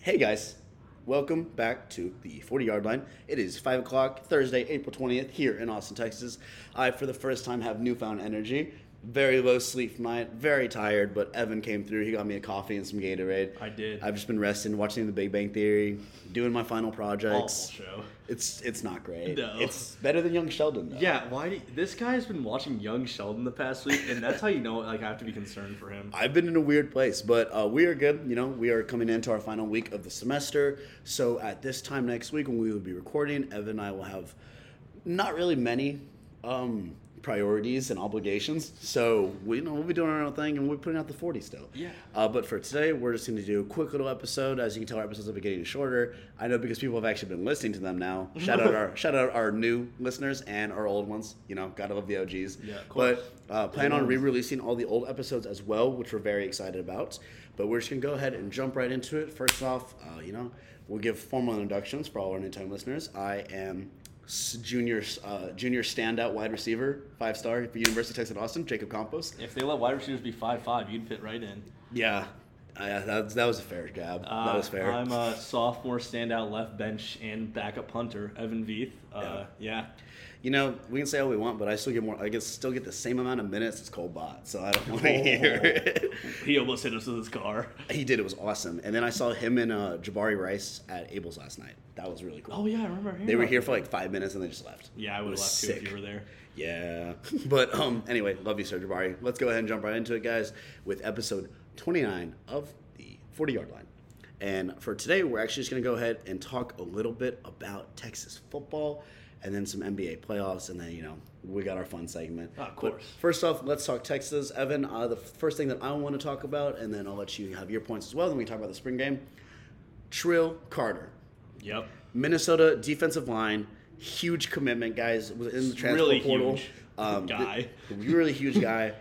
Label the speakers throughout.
Speaker 1: Hey guys, welcome back to the 40 yard line. It is 5 o'clock, Thursday, April 20th, here in Austin, Texas. I, for the first time, have newfound energy. Very low sleep night, very tired, but Evan came through. He got me a coffee and some Gatorade.
Speaker 2: I did.
Speaker 1: I've just been resting, watching The Big Bang Theory, doing my final projects.
Speaker 2: Awful show.
Speaker 1: It's it's not great.
Speaker 2: No.
Speaker 1: It's better than Young Sheldon. Though.
Speaker 2: Yeah, why? Do, this guy's been watching Young Sheldon the past week, and that's how you know. Like, I have to be concerned for him.
Speaker 1: I've been in a weird place, but uh, we are good. You know, we are coming into our final week of the semester. So at this time next week, when we will be recording, Evan and I will have not really many um, priorities and obligations. So we you know we'll be doing our own thing, and we're putting out the forty still.
Speaker 2: Yeah.
Speaker 1: Uh, but for today, we're just going to do a quick little episode. As you can tell, our episodes have been getting shorter. I know because people have actually been listening to them now. Shout out our shout out our new listeners and our old ones. You know, gotta love the OGs.
Speaker 2: Yeah, of course.
Speaker 1: But uh, plan on re-releasing all the old episodes as well, which we're very excited about. But we're just gonna go ahead and jump right into it. First off, uh, you know, we'll give formal introductions for all our new-time listeners. I am s- junior uh, junior standout wide receiver, five star for University of Texas at Austin, Jacob Campos.
Speaker 2: If they let wide receivers be five five, you'd fit right in.
Speaker 1: Yeah, I, uh, that, that was a fair jab.
Speaker 2: Uh,
Speaker 1: that was fair.
Speaker 2: I'm a sophomore standout left bench and backup punter, Evan Veith. Uh, yeah.
Speaker 1: you know, we can say all we want, but I still get more. I guess still get the same amount of minutes as Cole Bot, so I don't want to
Speaker 2: Oh.
Speaker 1: hear it.
Speaker 2: He almost hit us with his car.
Speaker 1: He did. It was awesome. And then I saw him and uh, Jabari Rice at Abel's last night. That was really cool.
Speaker 2: Oh yeah, I remember. hearing
Speaker 1: They were
Speaker 2: about
Speaker 1: here
Speaker 2: that.
Speaker 1: for like five minutes and they just left.
Speaker 2: Yeah, I would
Speaker 1: It
Speaker 2: have
Speaker 1: was
Speaker 2: left too if
Speaker 1: sick.
Speaker 2: you were there.
Speaker 1: Yeah. But um, anyway, love you, Sir Jabari. Let's go ahead and jump right into it, guys, with episode 29 of the 40 yard line. And for today, we're actually just going to go ahead and talk a little bit about Texas football and then some NBA playoffs. And then, you know, we got our fun segment.
Speaker 2: Of
Speaker 1: But
Speaker 2: course.
Speaker 1: first off, let's talk Texas. Evan, uh, the first thing that I want to talk about, and then I'll let you have your points as well. Then we can talk about the spring game. Trill Carter.
Speaker 2: Yep.
Speaker 1: Minnesota defensive line, huge commitment, guys. Was in the transfer
Speaker 2: Really
Speaker 1: portal.
Speaker 2: huge guy.
Speaker 1: th- really huge guy.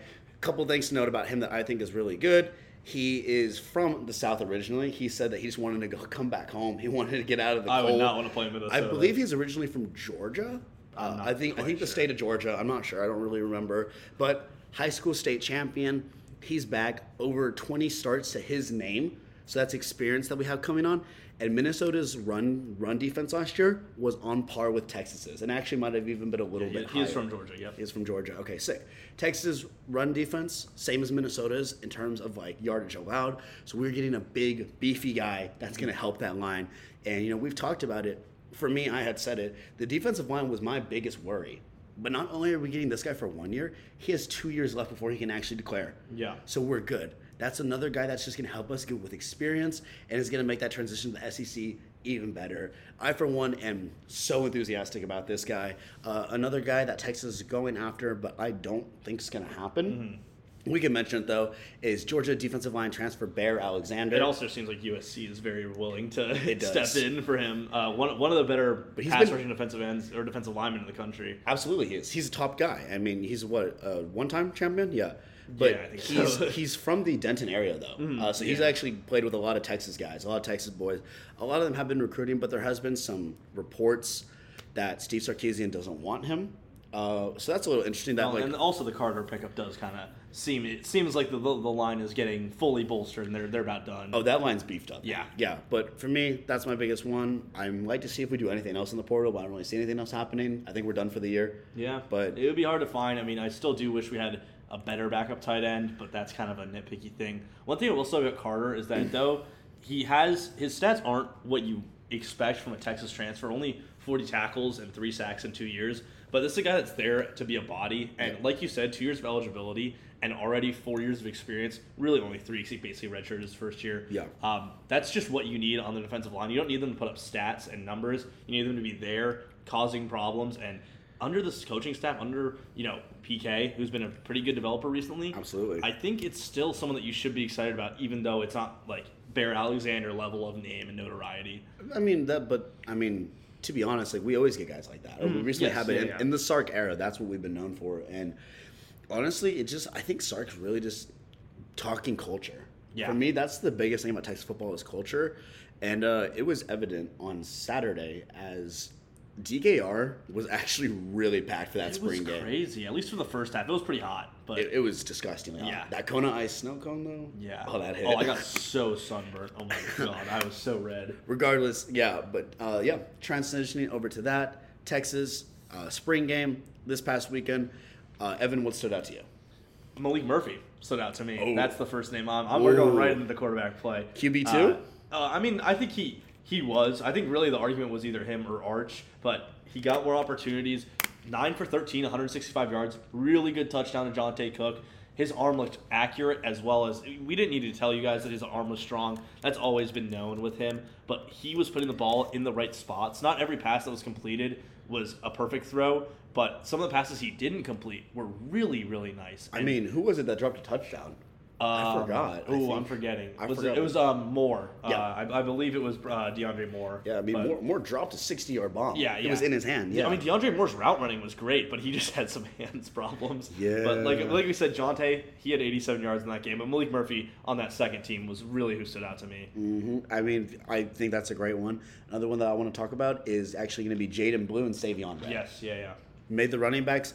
Speaker 1: Couple things to note about him that I think is really good. He is from the South originally. He said that he just wanted to go come back home. He wanted to get out of the
Speaker 2: I would
Speaker 1: cold.
Speaker 2: not want to play in Minnesota.
Speaker 1: I believe he's originally from Georgia. Uh,
Speaker 2: not
Speaker 1: I think I
Speaker 2: quite
Speaker 1: think the
Speaker 2: sure.
Speaker 1: state of Georgia. I'm not sure. I don't really remember. But high school state champion. He's back over 20 starts to his name. So that's experience that we have coming on. And Minnesota's run run defense last year was on par with Texas's, and actually might have even been a little
Speaker 2: he,
Speaker 1: bit.
Speaker 2: he is
Speaker 1: higher.
Speaker 2: from Georgia. Yep.
Speaker 1: He is from Georgia. Okay, sick. Texas's run defense, same as Minnesota's in terms of like yardage allowed. So we're getting a big, beefy guy that's going to help that line. And, you know, we've talked about it. For me, I had said it. The defensive line was my biggest worry. But not only are we getting this guy for one year, he has two years left before he can actually declare.
Speaker 2: Yeah.
Speaker 1: So we're good. That's another guy that's just going to help us get with experience and is going to make that transition to the SEC even better. I, for one, am so enthusiastic about this guy. Uh, another guy that Texas is going after, but I don't think it's going to happen.
Speaker 2: Mm-hmm.
Speaker 1: We can mention it though, is Georgia defensive line transfer Bear Alexander.
Speaker 2: It also seems like USC is very willing to
Speaker 1: does.
Speaker 2: step in for him. Uh, one, one of the better
Speaker 1: he's
Speaker 2: pass
Speaker 1: been-
Speaker 2: rushing defensive ends or defensive linemen in the country.
Speaker 1: Absolutely, he is. He's a top guy. I mean, he's what a one-time champion, yeah. But
Speaker 2: Yeah, I think
Speaker 1: he's
Speaker 2: so. Mm,
Speaker 1: he's from the Denton area though, uh, so he's
Speaker 2: yeah.
Speaker 1: actually played with a lot of Texas guys, a lot of Texas boys. A lot of them have been recruiting, but there has been some reports that Steve Sarkisian doesn't want him. Uh, so that's a little interesting. That
Speaker 2: Well,
Speaker 1: like
Speaker 2: and also the Carter pickup does kind of seem it seems like the, the the line is getting fully bolstered and they're they're about done.
Speaker 1: Oh, that line's beefed up.
Speaker 2: Yeah.
Speaker 1: Yeah. But for me, that's my biggest one. I'm like to see if we do anything else in the portal, but I don't really see anything else happening. I think we're done for the year.
Speaker 2: yeah,
Speaker 1: But
Speaker 2: it would be hard to find. I mean, I still do wish we had a better backup tight end, but that's kind of a nitpicky thing. One thing I will say about Carter is that though he has his stats aren't what you expect from a Texas transfer. Only 40 tackles and three sacks in two years. But this is a guy that's there to be a body, and like you said, two years of eligibility and already four years of experience. Really, only three because he basically redshirted his first year.
Speaker 1: Yeah.
Speaker 2: Um, that's just what you need on the defensive line. You don't need them to put up stats and numbers. You need them to be there, causing problems. And under this coaching staff, under you know PK, who's been a pretty good developer recently,
Speaker 1: Absolutely.
Speaker 2: I think it's still someone that you should be excited about, even though it's not like Bear Alexander level of name and notoriety.
Speaker 1: I mean that, but I mean to be honest, like we always get guys like that. we recently
Speaker 2: Mm. yes,
Speaker 1: have it
Speaker 2: yeah,
Speaker 1: in,
Speaker 2: yeah.
Speaker 1: in the Sark era. That's what we've been known for. And honestly, it just I think Sark's really just talking culture.
Speaker 2: Yeah.
Speaker 1: For me, that's the biggest thing about Texas football is culture, and uh, it was evident on Saturday as DKR was actually really packed for that
Speaker 2: It was
Speaker 1: spring game.
Speaker 2: crazy. At least for the first half, it was pretty hot. But
Speaker 1: It, it was disgusting.
Speaker 2: Yeah.
Speaker 1: That Kona ice snow cone though.
Speaker 2: yeah.
Speaker 1: Oh, that hit.
Speaker 2: Oh, I got so sunburnt. Oh my god, I was so red.
Speaker 1: regardless, yeah, but uh, yeah, transitioning over to that Texas uh, spring game this past weekend. Uh, Evan, what stood out to you?
Speaker 2: Malik Murphy stood out to me.
Speaker 1: Oh.
Speaker 2: That's the first name I'm. I'm we're going
Speaker 1: Ooh.
Speaker 2: right into the quarterback play.
Speaker 1: QB2?
Speaker 2: Uh, uh, I mean, I think he he was. I think really the argument was either him or Arch, but he got more opportunities. Nine for 13, 165 yards. Really good touchdown to Jonte Cook. His arm looked accurate as well as we didn't need to tell you guys that his arm was strong. That's always been known with him, but he was putting the ball in the right spots. Not every pass that was completed was a perfect throw, but some of the passes he didn't complete were really, really nice.
Speaker 1: I
Speaker 2: And-
Speaker 1: mean, who was it that dropped a touchdown? I
Speaker 2: um,
Speaker 1: forgot. I
Speaker 2: Oh, I'm
Speaker 1: think.
Speaker 2: forgetting.
Speaker 1: I
Speaker 2: was
Speaker 1: forgot.
Speaker 2: It, it was um, Moore.
Speaker 1: Yeah.
Speaker 2: Uh, I, I believe it was uh, DeAndre Moore.
Speaker 1: Yeah, I mean,
Speaker 2: But-
Speaker 1: Moore, Moore dropped a 60 yard bomb.
Speaker 2: Yeah,
Speaker 1: It was
Speaker 2: yeah.
Speaker 1: in his hand. Yeah.
Speaker 2: I mean, DeAndre Moore's route running was great, but he just had some hands problems. But like
Speaker 1: Yeah.
Speaker 2: like we said, Jonte, he had 87 yards in that game, but Malik Murphy on that second team was really who stood out to me.
Speaker 1: hmm I mean, I think that's a great one. Another one that I want to talk about is actually going to be Jaden Blue and Savion. Beck.
Speaker 2: Yes, yeah, yeah.
Speaker 1: Made the running backs,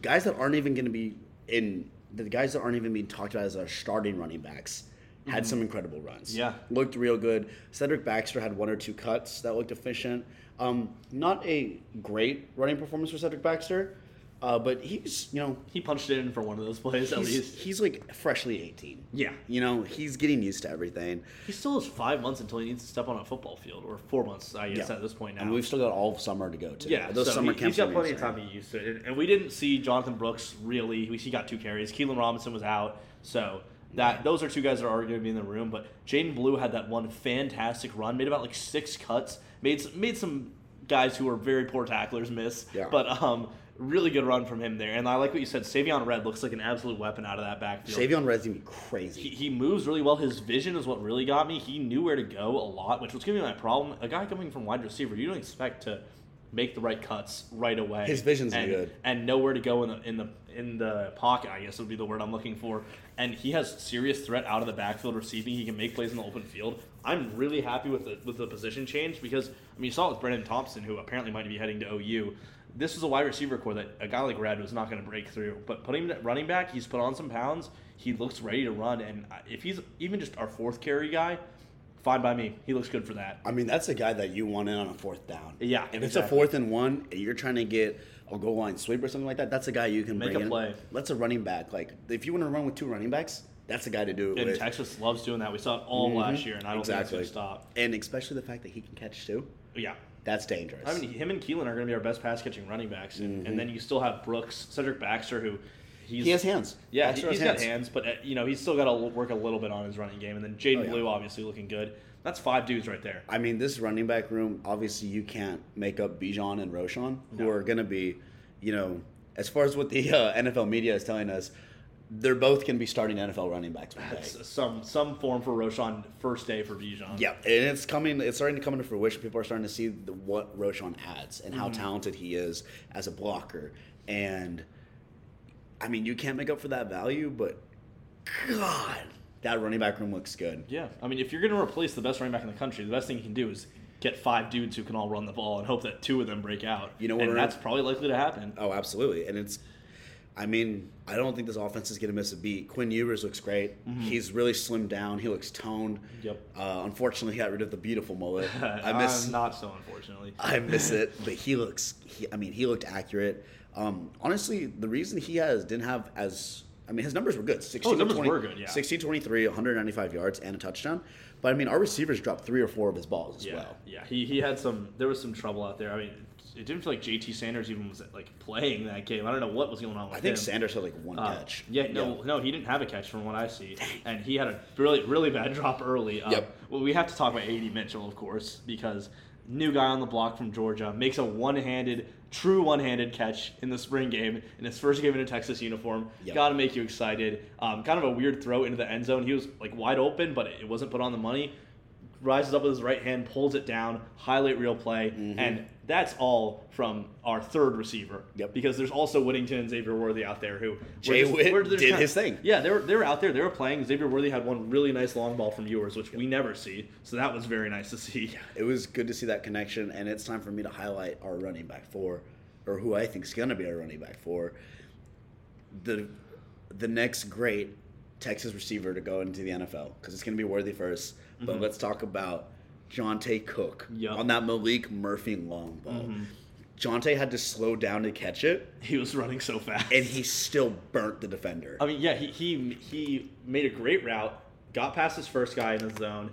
Speaker 1: guys that aren't even going to be in, the guys that aren't even being talked about as our starting running backs had some incredible runs.
Speaker 2: Mm-hmm. Yeah.
Speaker 1: Looked real good. Cedric Baxter had one or two cuts that looked efficient. Um, not a great running performance for Cedric Baxter, uh, but he's, you know,
Speaker 2: He punched it in for one of those plays at
Speaker 1: he's,
Speaker 2: least.
Speaker 1: he's like freshly 18.
Speaker 2: Yeah.
Speaker 1: You know, he's getting used to everything.
Speaker 2: He still has five months until he needs to step on a football field, or four months, I guess,
Speaker 1: Yeah.
Speaker 2: at this point now.
Speaker 1: And we've still got all of summer to go to.
Speaker 2: Yeah,
Speaker 1: those
Speaker 2: so
Speaker 1: summer
Speaker 2: he,
Speaker 1: camps.
Speaker 2: he's got
Speaker 1: are
Speaker 2: plenty of
Speaker 1: insane.
Speaker 2: time to get used to it. And, and we didn't see Jonathan Brooks really. We, he got two carries. Keelan Robinson was out, so that those are two guys that are already going to be in the room. But Jaden Blue had that one fantastic run, made about like six cuts, made some, made some guys who are very poor tacklers miss.
Speaker 1: Yeah.
Speaker 2: But um, really good run from him there. And I like what you said. Savion Red looks like an absolute weapon out of that backfield
Speaker 1: Savion Red's gonna be crazy.
Speaker 2: he, he moves really well. His vision is what really got me. He knew where to go a lot, which was gonna be my problem. A guy coming from wide receiver, you don't expect to make the right cuts right away.
Speaker 1: His vision's
Speaker 2: and,
Speaker 1: good.
Speaker 2: and know where to go in the in the in the pocket. I guess would be the word I'm looking for. And he has serious threat out of the backfield receiving. He can make plays in the open field. I'm really happy with the with the position change because I mean you saw it with Brendan Thompson, who apparently might be heading to OU. This was a wide receiver core that a guy like Rad was not going to break through. But putting him at running back, he's put on some pounds. He looks ready to run, and I- if he's even just our fourth carry guy, fine by me. He looks good for that.
Speaker 1: I mean, that's a guy that you want in on a fourth down.
Speaker 2: Yeah,
Speaker 1: If it's a
Speaker 2: exactly.
Speaker 1: fourth and one, and you're trying to get a goal line sweep or something like that, that's a guy you can
Speaker 2: Make
Speaker 1: bring
Speaker 2: a
Speaker 1: in.
Speaker 2: play.
Speaker 1: That's a running back. Like if you want to run with two running backs, that's a guy to do it
Speaker 2: And
Speaker 1: with.
Speaker 2: Texas loves doing that. We saw it all
Speaker 1: Mm-hmm.
Speaker 2: last year, and I don't think it's going to stop.
Speaker 1: And especially the fact that he can catch too.
Speaker 2: Yeah.
Speaker 1: That's dangerous.
Speaker 2: I mean, him and Keelan are going to be our best pass catching running backs, and, and then you still have Brooks, Cedric Baxter, who he's
Speaker 1: Mm-hmm. he has hands.
Speaker 2: Yeah,
Speaker 1: Baxter
Speaker 2: he, has got hands, but uh, you know he's still got to work a little bit on his running game, and then Jaden
Speaker 1: Oh, yeah.
Speaker 2: Blue obviously looking good. That's five dudes right there.
Speaker 1: I mean, this running back room, obviously, you can't make up Bijan and Roshan, who
Speaker 2: No.
Speaker 1: are going to be, you know, as far as what the uh, NFL media is telling us, they're both going to be starting NFL running backs one day.
Speaker 2: That's some some form for Roshan first day for Bijan.
Speaker 1: Yeah, and it's coming. It's starting to come into fruition. People are starting to see the, what Roshan adds and how talented he is as a blocker. And I mean, you can't make up for that value, but God, that running back room looks good.
Speaker 2: yeah. I mean, if you're going to replace the best running back in the country, the best thing you can do is get five dudes who can all run the ball and hope that two of them break out.
Speaker 1: You know what,
Speaker 2: and
Speaker 1: Aaron?
Speaker 2: that's probably likely to happen.
Speaker 1: Oh, absolutely. And it's, I mean, I don't think this offense is going to miss a beat. Quinn Ewers looks great. He's really slimmed down. He looks toned.
Speaker 2: Yep.
Speaker 1: Uh, unfortunately, he got rid of the beautiful mullet. I
Speaker 2: I
Speaker 1: miss.
Speaker 2: am not so unfortunately.
Speaker 1: I miss it, but he looks. He, I mean, he looked accurate. Um, honestly, the reason he has didn't have as. I mean, his numbers were good. 16,
Speaker 2: Oh, numbers were good, yeah.
Speaker 1: 16, 23, 195 yards and a touchdown. But I mean, our receivers dropped three or four of his balls as
Speaker 2: Yeah,
Speaker 1: well.
Speaker 2: yeah. He he had some. There was some trouble out there. I mean, it didn't feel like J.T. Sanders even was like playing that game. I don't know what was going on with
Speaker 1: I think
Speaker 2: him.
Speaker 1: Sanders had like one
Speaker 2: Uh,
Speaker 1: catch.
Speaker 2: Yeah, no, no, he didn't have a catch from what I see, and he had a really really bad drop early. Um,
Speaker 1: Yep.
Speaker 2: Well, we have to talk about Ad Mitchell, of course, because new guy on the block from Georgia makes a one-handed, true one-handed catch in the spring game in his first game in a Texas uniform.
Speaker 1: Yep.
Speaker 2: Got to make you excited. Um, kind of a weird throw into the end zone. He was like wide open, but it wasn't put on the money rises up with his right hand, pulls it down, highlight real play,
Speaker 1: Mm-hmm.
Speaker 2: and that's all from our third receiver.
Speaker 1: Yep.
Speaker 2: Because there's also Whittington and Xavier Worthy out there who
Speaker 1: Jay
Speaker 2: were just-
Speaker 1: Witt
Speaker 2: were just
Speaker 1: did
Speaker 2: kinda-
Speaker 1: his thing.
Speaker 2: Yeah, they were they were out there, they were playing. Xavier Worthy had one really nice long ball from yours, which we never see. So that was very nice to see.
Speaker 1: It was good to see that connection, and it's time for me to highlight our running back four, or who I think is going to be our running back four. The the next great Texas receiver to go into the NFL because it's going to be worthy 1st But let's talk about Jonte Cook
Speaker 2: Mm-hmm. Yup. Mm-hmm.
Speaker 1: on that Malik Murphy long ball. Jonte had to slow down to catch it,
Speaker 2: He was running so fast.
Speaker 1: and he still burnt the defender.
Speaker 2: I mean, yeah, he, he he made a great route, got past his first guy in the zone,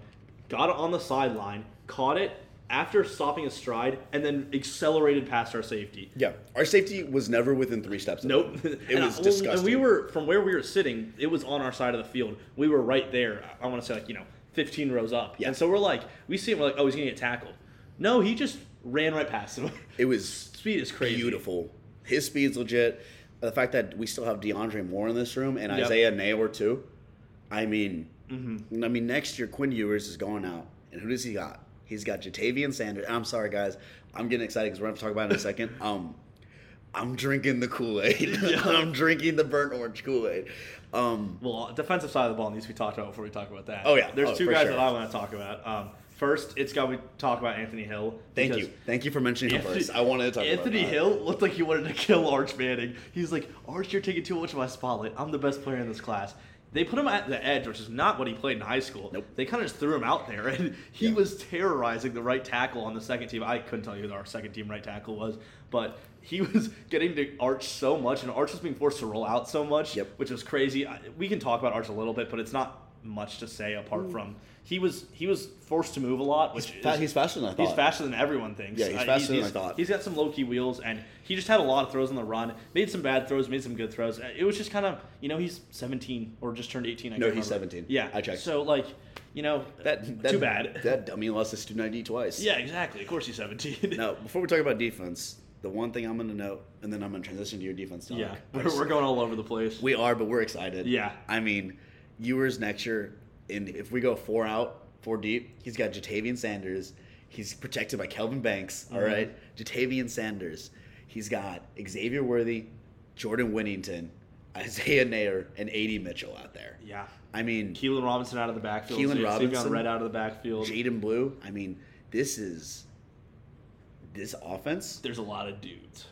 Speaker 2: got it on the sideline, caught it after stopping his stride, and then accelerated past our safety.
Speaker 1: yeah, our safety was never within three steps. Of
Speaker 2: Nope.
Speaker 1: him. it
Speaker 2: And, uh,
Speaker 1: was
Speaker 2: well,
Speaker 1: disgusting.
Speaker 2: And we were from where we were sitting. It was on our side of the field. We were right there. I want to say like you know, 15 rows up.
Speaker 1: Yeah.
Speaker 2: And so we're like, we see him. We're like, oh, he's gonna get tackled. No, he just ran right past him.
Speaker 1: It was
Speaker 2: Speed is crazy.
Speaker 1: beautiful. His speed's legit. The fact that we still have DeAndre Moore in this room and
Speaker 2: Yep. Mm-hmm.
Speaker 1: Isaiah Naylor too. I mean, I mean, next year Quinn Ewers is going out, and who does he got? He's got Jatavian Sanders. I'm sorry, guys. I'm getting excited because we're going to talk about it in a second. Um, I'm drinking the Kool Aid. I'm drinking the burnt orange Kool Aid. Um,
Speaker 2: Well, defensive side of the ball needs to be talked about before we talk about that.
Speaker 1: Oh, yeah.
Speaker 2: there's
Speaker 1: Oh,
Speaker 2: two
Speaker 1: for
Speaker 2: guys
Speaker 1: sure.
Speaker 2: that I want to talk about. Um, first, it's got to talk about Anthony Hill.
Speaker 1: thank
Speaker 2: because
Speaker 1: you, thank you for mentioning him
Speaker 2: Anthony-
Speaker 1: first. I wanted to talk about
Speaker 2: Anthony
Speaker 1: that.
Speaker 2: Hill looked like he wanted to kill Arch Manning. He's like, Arch, you're taking too much of my spotlight. I'm the best player in this class. They put him at the edge, which is not what he played in high school.
Speaker 1: Nope.
Speaker 2: They kind of just threw him out there, and he
Speaker 1: Yeah.
Speaker 2: was terrorizing the right tackle on the second team. I couldn't tell you who our second team right tackle was, but he was getting to Arch so much, and Arch was being forced to roll out so much,
Speaker 1: Yep.
Speaker 2: which was crazy. I, we can talk about Arch a little bit, but it's not much to say apart from he was he was forced to move a lot, which
Speaker 1: fa-
Speaker 2: is,
Speaker 1: he's faster than I
Speaker 2: He's
Speaker 1: thought.
Speaker 2: faster than everyone thinks.
Speaker 1: Yeah, he's
Speaker 2: Uh,
Speaker 1: faster than I thought.
Speaker 2: He's got some low key wheels, and he just had a lot of throws on the run. Made some bad throws, made some good throws. Uh, It was just kind of, you know, he's 17 or just turned 18. I
Speaker 1: No,
Speaker 2: can't
Speaker 1: he's
Speaker 2: remember.
Speaker 1: 17.
Speaker 2: Yeah,
Speaker 1: I checked.
Speaker 2: So like, you know,
Speaker 1: That, that
Speaker 2: too bad.
Speaker 1: That dummy lost his student ID twice.
Speaker 2: yeah, exactly. Of course he's 17.
Speaker 1: Now, before we talk about defense, the one thing I'm going to note, and then I'm going to transition to your defense talk.
Speaker 2: yeah,
Speaker 1: I
Speaker 2: we're,
Speaker 1: just-
Speaker 2: we're going all over the place.
Speaker 1: we are, but we're excited.
Speaker 2: Yeah.
Speaker 1: I mean, Ewers next year, and if we go four out, four deep, he's got Jatavian Sanders. He's protected by Kelvin Banks. all
Speaker 2: Mm-hmm.
Speaker 1: right, Jatavian Sanders. He's got Xavier Worthy, Jordan Winnington, Isaiah Nair, and A.D. Mitchell out there.
Speaker 2: yeah,
Speaker 1: I mean,
Speaker 2: Keelan Robinson out of the backfield.
Speaker 1: Keelan
Speaker 2: Keelan
Speaker 1: Robinson.
Speaker 2: Robinson red out of the backfield.
Speaker 1: Jaden Blue. I mean, this is this offense.
Speaker 2: There's a lot of dudes.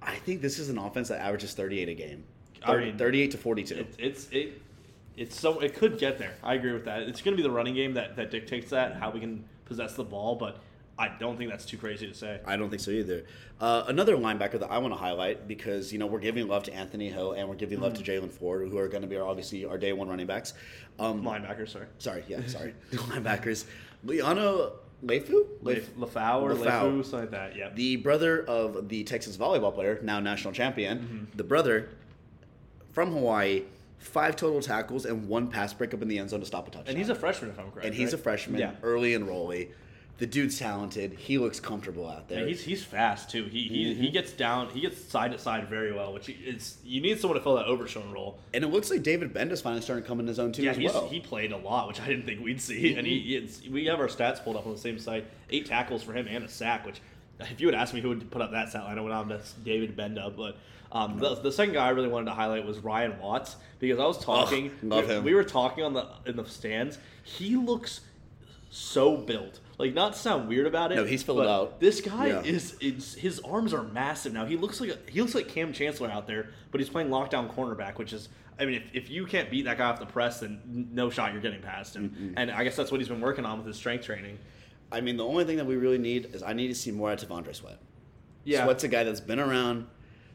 Speaker 1: I think this is an offense that averages 38 a game.
Speaker 2: I
Speaker 1: Thir-
Speaker 2: mean,
Speaker 1: 38 to 42.
Speaker 2: It, it's it, it's so it could get there. I agree with that. It's going to be the running game that that dictates that how we can possess the ball, but I don't think that's too crazy to say.
Speaker 1: I don't think so either. Uh, another linebacker that I want to highlight because you know we're giving love to Anthony Hill and we're giving love to
Speaker 2: Mm-hmm.
Speaker 1: Jalen Ford, who are going to be our, obviously our day one running backs. Um,
Speaker 2: Linebacker, sorry.
Speaker 1: sorry, yeah, sorry, linebackers. Liano Lefu,
Speaker 2: Lef- Lafau or
Speaker 1: Lefau.
Speaker 2: Lefu, something like that. Yeah.
Speaker 1: the brother of the Texas volleyball player, now national champion,
Speaker 2: Mm-hmm.
Speaker 1: the brother from Hawaii, five total tackles and one pass breakup in the end zone to stop a touchdown.
Speaker 2: and he's a freshman, if I'm correct.
Speaker 1: and he's a
Speaker 2: right?
Speaker 1: freshman,
Speaker 2: Yeah.
Speaker 1: early enrollee. The dude's talented. He looks comfortable out there.
Speaker 2: And he's he's fast too. He he, he
Speaker 1: Mm-hmm.
Speaker 2: gets down. He gets side to side very well, which is you need someone to fill that overshone role.
Speaker 1: And it looks like David Bend is finally starting to come in his own too
Speaker 2: Yeah,
Speaker 1: as
Speaker 2: he's,
Speaker 1: well.
Speaker 2: he played a lot, which I didn't think we'd see. And he, he- it's, we have our stats pulled up on the same site: eight tackles for him and a sack. Which, if you had asked me who would put up that stat line, I would have asked David Bend up. But um, the, the second guy I really wanted to highlight was Ryan Watts because I was talking.
Speaker 1: love
Speaker 2: we,
Speaker 1: him.
Speaker 2: we were talking on the in the stands. He looks so built. Like, not to sound weird about it.
Speaker 1: No, he's filled
Speaker 2: but
Speaker 1: out.
Speaker 2: This guy
Speaker 1: Yeah.
Speaker 2: is, is his arms are massive now. He looks like a, he looks like Cam Chancellor out there, but he's playing lockdown cornerback, which is I mean, if, if you can't beat that guy off the press, then n- no shot you're getting past him. And I guess that's what he's been working on with his strength training.
Speaker 1: I mean, the only thing that we really need is I need to see more out of Devondre Sweat.
Speaker 2: Yeah,
Speaker 1: Sweat's a guy that's been around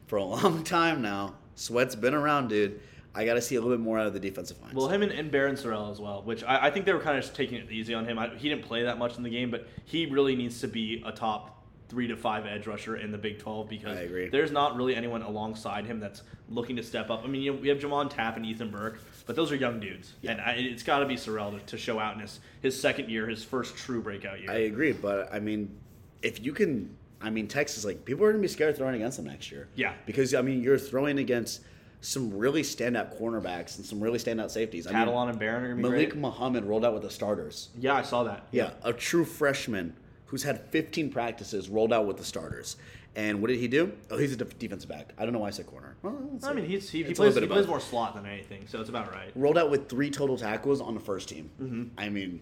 Speaker 1: for a long time now. Sweat's been around, dude. I got to see a little bit more out of the defensive line.
Speaker 2: Well, him and, and Baron Sorrell as well, which I, I think they were kind of just taking it easy on him. I, he didn't play that much in the game, but he really needs to be a top three to five edge rusher in the Big 12 because
Speaker 1: I agree.
Speaker 2: there's not really anyone alongside him that's looking to step up. I mean, you know, we have Jamon Tapp and Ethan Burke, but those are young dudes. And I, it's got to be Sorrell to, to show out in his, his second year, his first true breakout year.
Speaker 1: I agree, but I mean, if you can, I mean, Texas, like, people are going to be scared of throwing against them next year.
Speaker 2: Yeah.
Speaker 1: Because, I mean, you're throwing against some really standout cornerbacks and some really standout safeties. I mean,
Speaker 2: Catalan and Barron are going to be
Speaker 1: Malik
Speaker 2: great.
Speaker 1: Muhammad rolled out with the starters.
Speaker 2: Yeah, I saw that.
Speaker 1: Yeah, a true freshman who's had 15 practices rolled out with the starters. And what did he do? Oh, he's a def- defensive back. I don't know why I said corner. Well, it's-
Speaker 2: I mean, he's, he, he
Speaker 1: It's a little
Speaker 2: plays,
Speaker 1: bit
Speaker 2: he
Speaker 1: of
Speaker 2: plays
Speaker 1: both.
Speaker 2: more slot than anything, so it's about right.
Speaker 1: rolled out with three total tackles on the first team.
Speaker 2: Mm-hmm.
Speaker 1: I mean,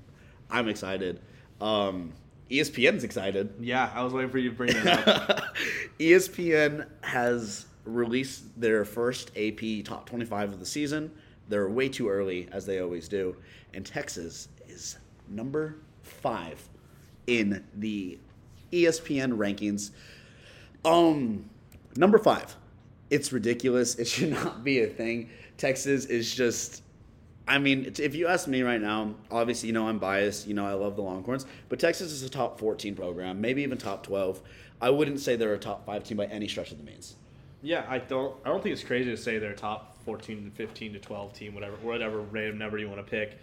Speaker 1: I'm excited. Um, ESPN's excited. E
Speaker 2: Yeah, I was waiting for you to bring that up.
Speaker 1: ESPN has release their first AP top 25 of the season. They're way too early, as they always do. And Texas is number five in the E ESPN rankings. Um, number five. It's ridiculous. It should not be a thing. Texas is just. I mean, t- if you ask me right now, obviously, you know, I'm biased. You know, I love the Longhorns, but Texas is a top 14 program, maybe even top 12. I wouldn't say they're a top five team by any stretch of the means.
Speaker 2: Yeah, I don't. I don't think it's crazy to say they're a top 14, 15 to 12 team, whatever, whatever random number you want to pick,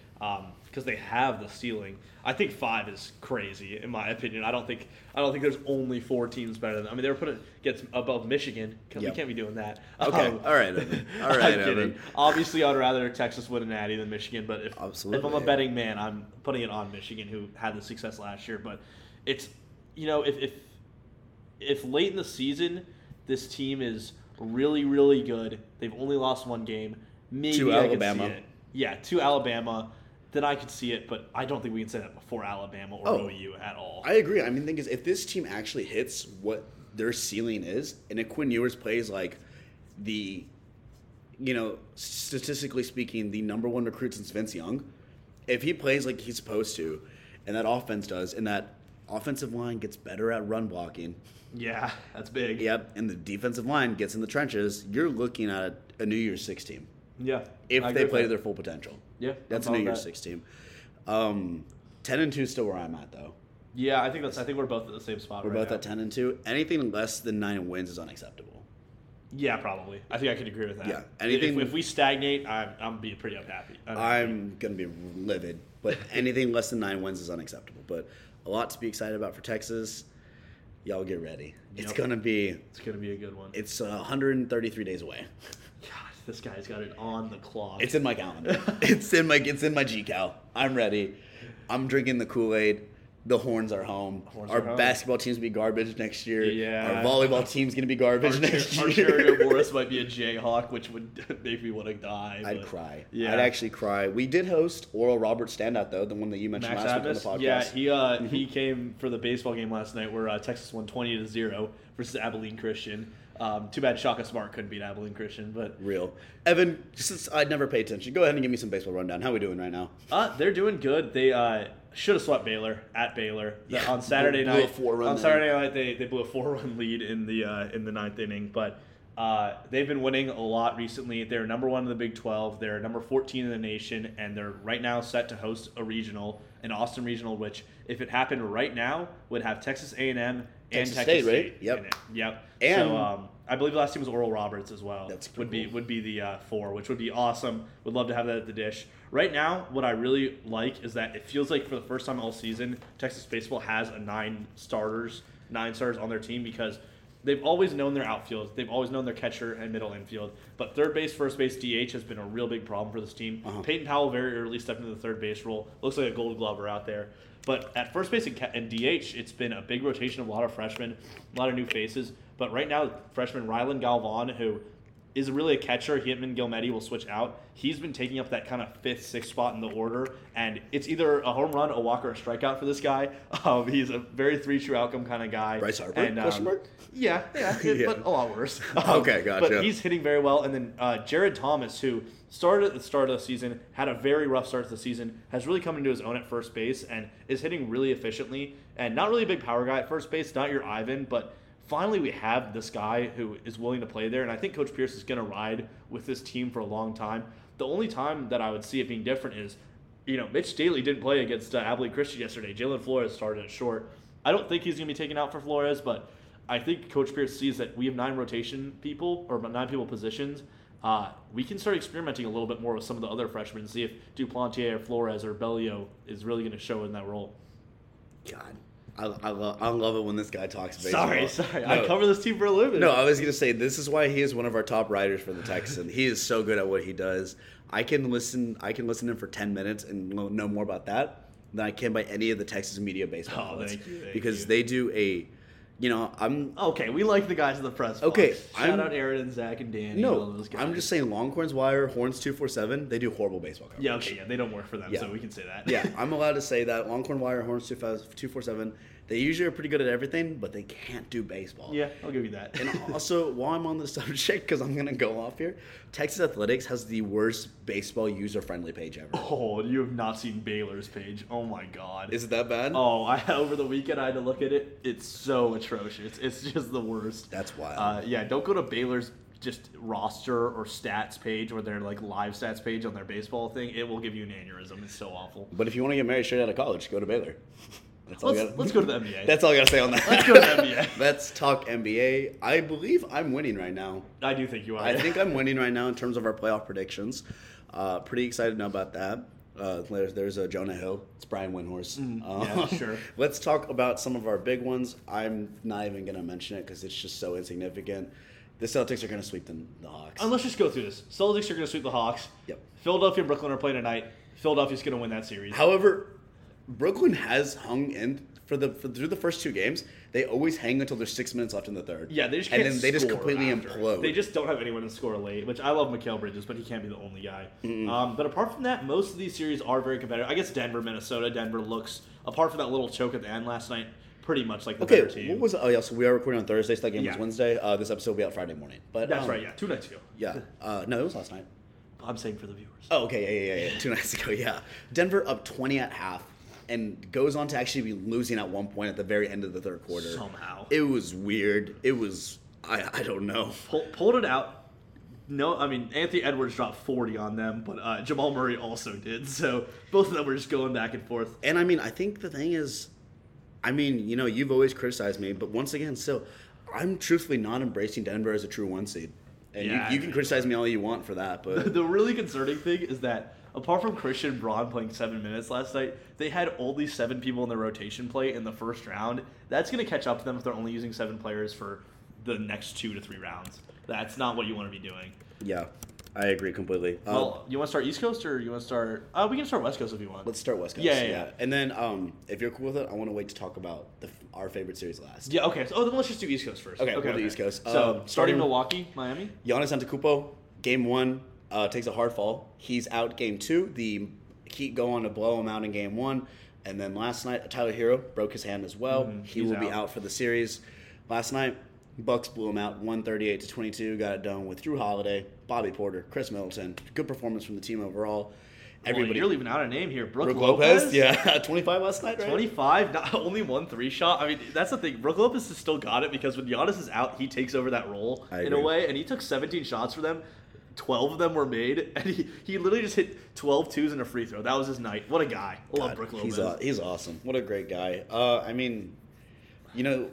Speaker 2: because they have the ceiling. I think five is crazy in my opinion. I don't think. I don't think there's only four teams better than. I mean, they were putting gets above Michigan. 'cause
Speaker 1: Yep.
Speaker 2: We can't be doing that.
Speaker 1: Okay,
Speaker 2: Um,
Speaker 1: all right, Evan. All
Speaker 2: I'm
Speaker 1: right,
Speaker 2: kidding.
Speaker 1: Evan.
Speaker 2: Obviously, I'd rather Texas win an Natty than Michigan, but if if I'm
Speaker 1: Absolutely.
Speaker 2: a betting man, I'm putting it on Michigan, who had the success last year. But it's you know if if if late in the season this team is really really good, they've only lost one game. Maybe
Speaker 1: To
Speaker 2: I could
Speaker 1: Alabama.
Speaker 2: see it. yeah, to Alabama. Then I could see it, but I don't think we can say that before Alabama or
Speaker 1: Oh.
Speaker 2: OU at all.
Speaker 1: I agree. I mean, the thing is, if this team actually hits what their ceiling is, and if Quinn Ewers plays like the, you know, statistically speaking, the number one recruit since Vince Young, if he plays like he's supposed to, and that offense does, and that offensive line gets better at run blocking,
Speaker 2: yeah, that's big.
Speaker 1: yep, and the defensive line gets in the trenches, you're looking at a, a New Year's Six team
Speaker 2: yeah.
Speaker 1: if
Speaker 2: I agree
Speaker 1: they
Speaker 2: with
Speaker 1: play to
Speaker 2: that.
Speaker 1: their full potential.
Speaker 2: yeah, I'm
Speaker 1: That's a
Speaker 2: fine
Speaker 1: New
Speaker 2: with
Speaker 1: Year's
Speaker 2: that.
Speaker 1: Six team. Um, Ten and two is still where I'm at though.
Speaker 2: Yeah, I think that's. I think we're both at the same spot.
Speaker 1: We're
Speaker 2: right
Speaker 1: both
Speaker 2: now.
Speaker 1: at ten and two. Anything less than nine wins is unacceptable.
Speaker 2: Yeah, probably. I think I could agree with that.
Speaker 1: Yeah, anything-
Speaker 2: If, if we stagnate, I'm I'm be pretty unhappy. I'm-
Speaker 1: I'm gonna be livid, but anything less than nine wins is unacceptable. But a lot to be excited about for Texas. Y'all get ready. It's
Speaker 2: Yep.
Speaker 1: gonna be.
Speaker 2: it's gonna be a good one.
Speaker 1: It's uh, 133 days away.
Speaker 2: God, this guy's got it on the clock.
Speaker 1: It's in my calendar. it's in my. It's in my GCal. I'm ready. I'm drinking the Kool Aid. The horns are home.
Speaker 2: Horns
Speaker 1: our
Speaker 2: are home.
Speaker 1: basketball team's be garbage next year.
Speaker 2: Yeah.
Speaker 1: Our volleyball team's gonna be garbage next
Speaker 2: Archer-
Speaker 1: year.
Speaker 2: Archerio Morris might be a Jayhawk, which would make me want to die.
Speaker 1: I'd
Speaker 2: but-
Speaker 1: cry.
Speaker 2: Yeah,
Speaker 1: I'd actually cry. We did host Oral Roberts standout though, the one that you mentioned
Speaker 2: Max
Speaker 1: last
Speaker 2: Atmos.
Speaker 1: week on the
Speaker 2: yeah,
Speaker 1: podcast.
Speaker 2: he uh, he came for the baseball game last night where uh, Texas won twenty to zero versus Abilene Christian. Um, too bad Shaka Smart couldn't beat Abilene Christian, but
Speaker 1: Real. Evan, since I'd never pay attention, go ahead and give me some baseball rundown. How we doing right now?
Speaker 2: Uh, they're doing good. They uh, should have swept Baylor at Baylor The-
Speaker 1: Yeah,
Speaker 2: on Saturday
Speaker 1: they blew a
Speaker 2: night.
Speaker 1: four-run
Speaker 2: on
Speaker 1: lead.
Speaker 2: Saturday night, they, they blew a four-run lead in the uh, in the ninth inning. But uh, they've been winning a lot recently. They're number one in the Big Twelve. They're number fourteen in the nation, and they're right now set to host a regional, an Austin regional, which if it happened right now, would have Texas A and M and
Speaker 1: Texas
Speaker 2: Texas
Speaker 1: State, right?
Speaker 2: State
Speaker 1: Yep.
Speaker 2: in it. Yep.
Speaker 1: And-
Speaker 2: so, um, I believe the last team was Oral Roberts as well.
Speaker 1: That's
Speaker 2: would
Speaker 1: pretty
Speaker 2: be
Speaker 1: cool.
Speaker 2: would be the uh, four, which would be awesome. Would love to have that at the dish. Right now, what I really like is that it feels like for the first time all season, Texas baseball has a nine starters, nine starters on their team because they've always known their outfield, they've always known their catcher and middle infield, but third base, first base, DH has been a real big problem for this team.
Speaker 1: Uh-huh.
Speaker 2: Peyton Powell very early stepped into the third base role. Looks like a Gold Glover out there. But at first base and, ca- and DH, it's been a big rotation of a lot of freshmen, a lot of new faces. But right now, freshman Rylan Galvan, who is really a catcher. Hitman Gilmetti will switch out. He's been taking up that kind of fifth, sixth spot in the order, and it's either a home run, a walk, or a strikeout for this guy. Um, he's a very three true outcome kind of guy.
Speaker 1: Bryce Harper?
Speaker 2: And, um,
Speaker 1: Question mark?
Speaker 2: Yeah, yeah,
Speaker 1: Yeah.
Speaker 2: but a lot worse.
Speaker 1: Okay, gotcha.
Speaker 2: Um, But he's he's hitting very well. And then uh, Jared Thomas, who started at the start of the season, had a very rough start to the season, has really come into his own at first base and is hitting really efficiently. And not really a big power guy at first base, not your Ivan, but finally we have this guy who is willing to play there. And I think Coach Pierce is going to ride with this team for a long time. The only time that I would see it being different is, you know, Mitch Daly didn't play against uh, Abilene Christian yesterday. Jalen Flores started at short. I don't think he's going to be taken out for Flores, but I think Coach Pierce sees that we have nine rotation people or nine people positions. Uh, we can start experimenting a little bit more with some of the other freshmen and see if Duplantier or Flores or Bellio is really going to show in that role.
Speaker 1: God. I, I, lo- I love it when this guy talks baseball.
Speaker 2: Sorry, sorry.
Speaker 1: No.
Speaker 2: I cover this team for a living.
Speaker 1: No, I was gonna say this is why he is one of our top writers for the Texan. he is so good at what he does. I can listen. I can listen to him for ten minutes and lo- know more about that than I can by any of the Texas media baseball.
Speaker 2: Oh,
Speaker 1: outlets.
Speaker 2: thank you, thank
Speaker 1: because
Speaker 2: you.
Speaker 1: they do a You know, I'm
Speaker 2: Okay, we like the guys in the press. box.
Speaker 1: Okay,
Speaker 2: shout
Speaker 1: I'm-
Speaker 2: out Aaron and Zach and Dan. and all
Speaker 1: no,
Speaker 2: those guys.
Speaker 1: I'm just saying Longhorns Wire, Horns two four seven. They do horrible baseball coverage.
Speaker 2: Yeah, okay, yeah, they don't work for them,
Speaker 1: Yeah.
Speaker 2: so we can say that.
Speaker 1: yeah, I'm allowed to say that Longhorn Wire, Horns two four seven. They usually are pretty good at everything, but they can't do baseball.
Speaker 2: yeah, I'll give you that.
Speaker 1: And also, while I'm on the subject, because I'm gonna go off here, Texas Athletics has the worst baseball user-friendly page ever.
Speaker 2: oh, you have not seen Baylor's page. Oh my God.
Speaker 1: Is it that bad?
Speaker 2: oh, I over the weekend I had to look at it. It's so atrocious. It's just the worst.
Speaker 1: That's wild.
Speaker 2: Uh, yeah, don't go to Baylor's just roster or stats page or their like live stats page on their baseball thing. It will give you an aneurysm. It's so awful.
Speaker 1: but if you want to get married straight out of college, go to Baylor. That's all I
Speaker 2: Let's,
Speaker 1: gotta-
Speaker 2: let's go to the NBA.
Speaker 1: Oh That's all I gotta say on that.
Speaker 2: Let's go to NBA.
Speaker 1: Let's talk NBA. I believe I'm winning right now.
Speaker 2: I do think you are.
Speaker 1: I think I'm winning right now in terms of our playoff predictions. Uh, pretty excited about that. Uh, there's there's uh, Jonah Hill. It's Brian Windhorse.
Speaker 2: Mm, yeah,
Speaker 1: Um,
Speaker 2: sure.
Speaker 1: Let's talk about some of our big ones. I'm not even gonna mention it because it's just so insignificant. The Celtics are gonna sweep the, the Hawks.
Speaker 2: And let's just go through this. Celtics are going to sweep the Hawks.
Speaker 1: Yep.
Speaker 2: Philadelphia and Brooklyn are playing tonight. Philadelphia's going to win that series.
Speaker 1: However, Brooklyn has hung in for the for, through the first two games. They always hang until there's six minutes left in the third.
Speaker 2: Yeah, they just
Speaker 1: and
Speaker 2: can't
Speaker 1: then they just
Speaker 2: score
Speaker 1: completely
Speaker 2: after.
Speaker 1: implode.
Speaker 2: They just don't have anyone to score late, which I love Mikael Bridges, but he can't be the only guy. Um, but apart from that, most of these series are very competitive. I guess Denver, Minnesota, Denver looks apart from that little choke at the end last night, pretty much like the better
Speaker 1: okay.
Speaker 2: team.
Speaker 1: What was oh yeah? So we are recording on Thursday. So that game was
Speaker 2: Yeah.
Speaker 1: Wednesday. Uh, this episode will be out Friday morning. But
Speaker 2: That's
Speaker 1: um,
Speaker 2: right. Yeah, two nights ago.
Speaker 1: Yeah. Uh, no, it was last night.
Speaker 2: I'm saying for the viewers.
Speaker 1: Oh, okay. Yeah, yeah, yeah. yeah. Two nights ago. Yeah. Denver up 20 at half and goes on to actually be losing at one point at the very end of the third quarter.
Speaker 2: Somehow.
Speaker 1: It was weird. It was, I, I don't know.
Speaker 2: Pull, pulled it out. No, I mean Anthony Edwards dropped 40 on them, but uh, Jamal Murray also did. So both of them were just going back and forth.
Speaker 1: And I mean, I think the thing is, I mean, you know, you've always criticized me, but once again, still, I'm truthfully not embracing Denver as a true one seed. And
Speaker 2: Yeah,
Speaker 1: you,
Speaker 2: I
Speaker 1: you can criticize me all you want for that, but
Speaker 2: The really concerning thing is that apart from Christian Braun playing seven minutes last night, they had only seven people in their rotation play in the first round. That's going to catch up to them if they're only using seven players for the next two to three rounds. That's not what you want to be doing.
Speaker 1: yeah, I agree completely. Uh,
Speaker 2: well, you want to start East Coast or you want to start? Uh, we can start West Coast if you want.
Speaker 1: let's start West Coast.
Speaker 2: Yeah, yeah, yeah.
Speaker 1: And then, um, if you're cool with it, I want to wait to talk about the, our favorite series last.
Speaker 2: Yeah. Okay. So, oh, then let's just do East Coast first.
Speaker 1: Okay, we'll do East Coast.
Speaker 2: So
Speaker 1: Um,
Speaker 2: starting,
Speaker 1: starting-
Speaker 2: Milwaukee, Miami.
Speaker 1: Giannis Antetokounmpo, game one, uh, takes a hard fall. He's out game two. The Heat go on to blow him out in game one. And then last night, Tyler Hero broke his hand as well. he
Speaker 2: Mm-hmm. he's
Speaker 1: will be
Speaker 2: out.
Speaker 1: out for the series. Last night, Bucks blew him out 138 to 22. Got it done with Drew Holiday, Bobby Porter, Chris Middleton. Good performance from the team overall.
Speaker 2: Everybody,
Speaker 1: Everybody.
Speaker 2: you're leaving out a name here. Brooke,
Speaker 1: Brook Lopez, yeah, 25 last night, right?
Speaker 2: 25, not only one three shot. I mean, that's the thing. Brooke Lopez has still got it because when Giannis is out, he takes over that role
Speaker 1: I
Speaker 2: in a
Speaker 1: agree.
Speaker 2: way, and he took 17 shots for them. 12 of them were made, and he, he literally just hit 12 twos and a free throw. That was his night. What a guy. I love
Speaker 1: God,
Speaker 2: Brooke Lopez.
Speaker 1: He's, aw- he's awesome. What a great guy. Uh, I mean, you know,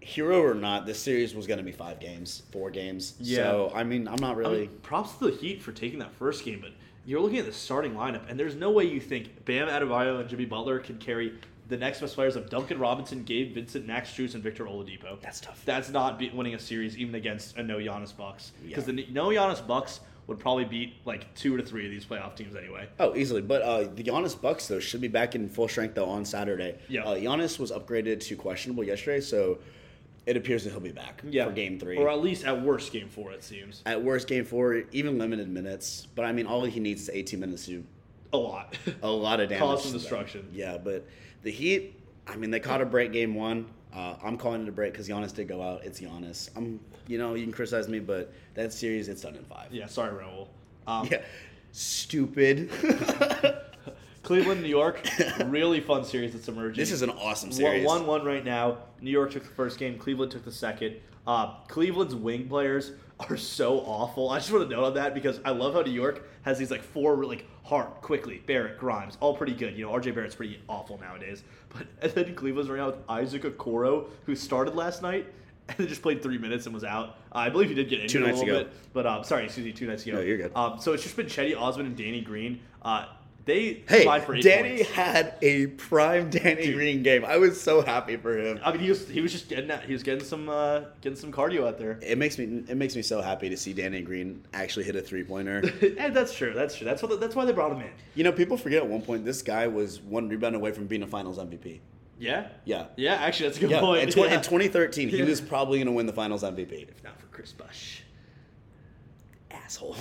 Speaker 1: hero or not, this series was going to be five games, four games.
Speaker 2: Yeah.
Speaker 1: So, I mean, I'm not
Speaker 2: I
Speaker 1: really.
Speaker 2: mean, props to the Heat for taking that first game, but you're looking at the starting lineup, and there's no way you think Bam Adebayo and Jimmy Butler can carry the next best players of Duncan Robinson, Gabe Vincent, Max Struz, and Victor Oladipo.
Speaker 1: That's tough.
Speaker 2: That's not be- winning a series even against a no Giannis Bucks because
Speaker 1: Yeah.
Speaker 2: the n- no Giannis Bucks would probably beat like two to three of these playoff teams anyway.
Speaker 1: Oh, easily. But uh, the Giannis Bucks, though, should be back in full strength, though, on Saturday.
Speaker 2: Yeah.
Speaker 1: Uh, Giannis was upgraded to questionable yesterday, so it appears that he'll be back for game three.
Speaker 2: or at least at worst game four, it seems
Speaker 1: At worst, game four, even limited minutes. But, I mean, all he needs is 18 minutes to
Speaker 2: a lot.
Speaker 1: a lot of damage.
Speaker 2: Cause some
Speaker 1: to them.
Speaker 2: destruction.
Speaker 1: Yeah, but the Heat, I mean, they caught a break game one. Uh, I'm calling it a break because Giannis did go out. It's Giannis. I'm, you know, you can criticize me, but that series, it's done in five.
Speaker 2: yeah, sorry, Raul. Um,
Speaker 1: Yeah. Stupid.
Speaker 2: Cleveland, New York, really fun series that's emerging.
Speaker 1: this is an awesome
Speaker 2: One
Speaker 1: series.
Speaker 2: one one right now. New York took the first game. Cleveland took the second. Uh, Cleveland's wing players are so awful. I just want to note on that because I love how New York has these like four like Hart, quickly Barrett, Grimes, all pretty good. You know, RJ Barrett's pretty awful nowadays. But and then Cleveland's right now with Isaac Okoro, who started last night and then just played three minutes and was out. I believe he did get injured
Speaker 1: Two nights
Speaker 2: a little
Speaker 1: ago.
Speaker 2: bit, but um, sorry, excuse me, two nights ago.
Speaker 1: No, you're good.
Speaker 2: Um, so it's just been Chetty Osmond and Danny Green. Uh, they
Speaker 1: Hey,
Speaker 2: combined for eight
Speaker 1: Danny
Speaker 2: points.
Speaker 1: had a prime Danny Green game. I was so happy for him.
Speaker 2: I mean, he was he was just getting that he was getting some uh, getting some cardio out there.
Speaker 1: It makes me it makes me so happy to see Danny Green actually hit a three pointer.
Speaker 2: and that's true. That's true. That's what that's why they brought him in.
Speaker 1: you know, people forget at one point this guy was one rebound away from being a Finals MVP.
Speaker 2: Yeah.
Speaker 1: Yeah.
Speaker 2: Yeah. Actually, that's a good
Speaker 1: Yeah,
Speaker 2: point.
Speaker 1: in, tw-
Speaker 2: Yeah.
Speaker 1: in 2013, he
Speaker 2: Yeah.
Speaker 1: was probably going to win the Finals MVP.
Speaker 2: If not for Chris Bush.
Speaker 1: Asshole.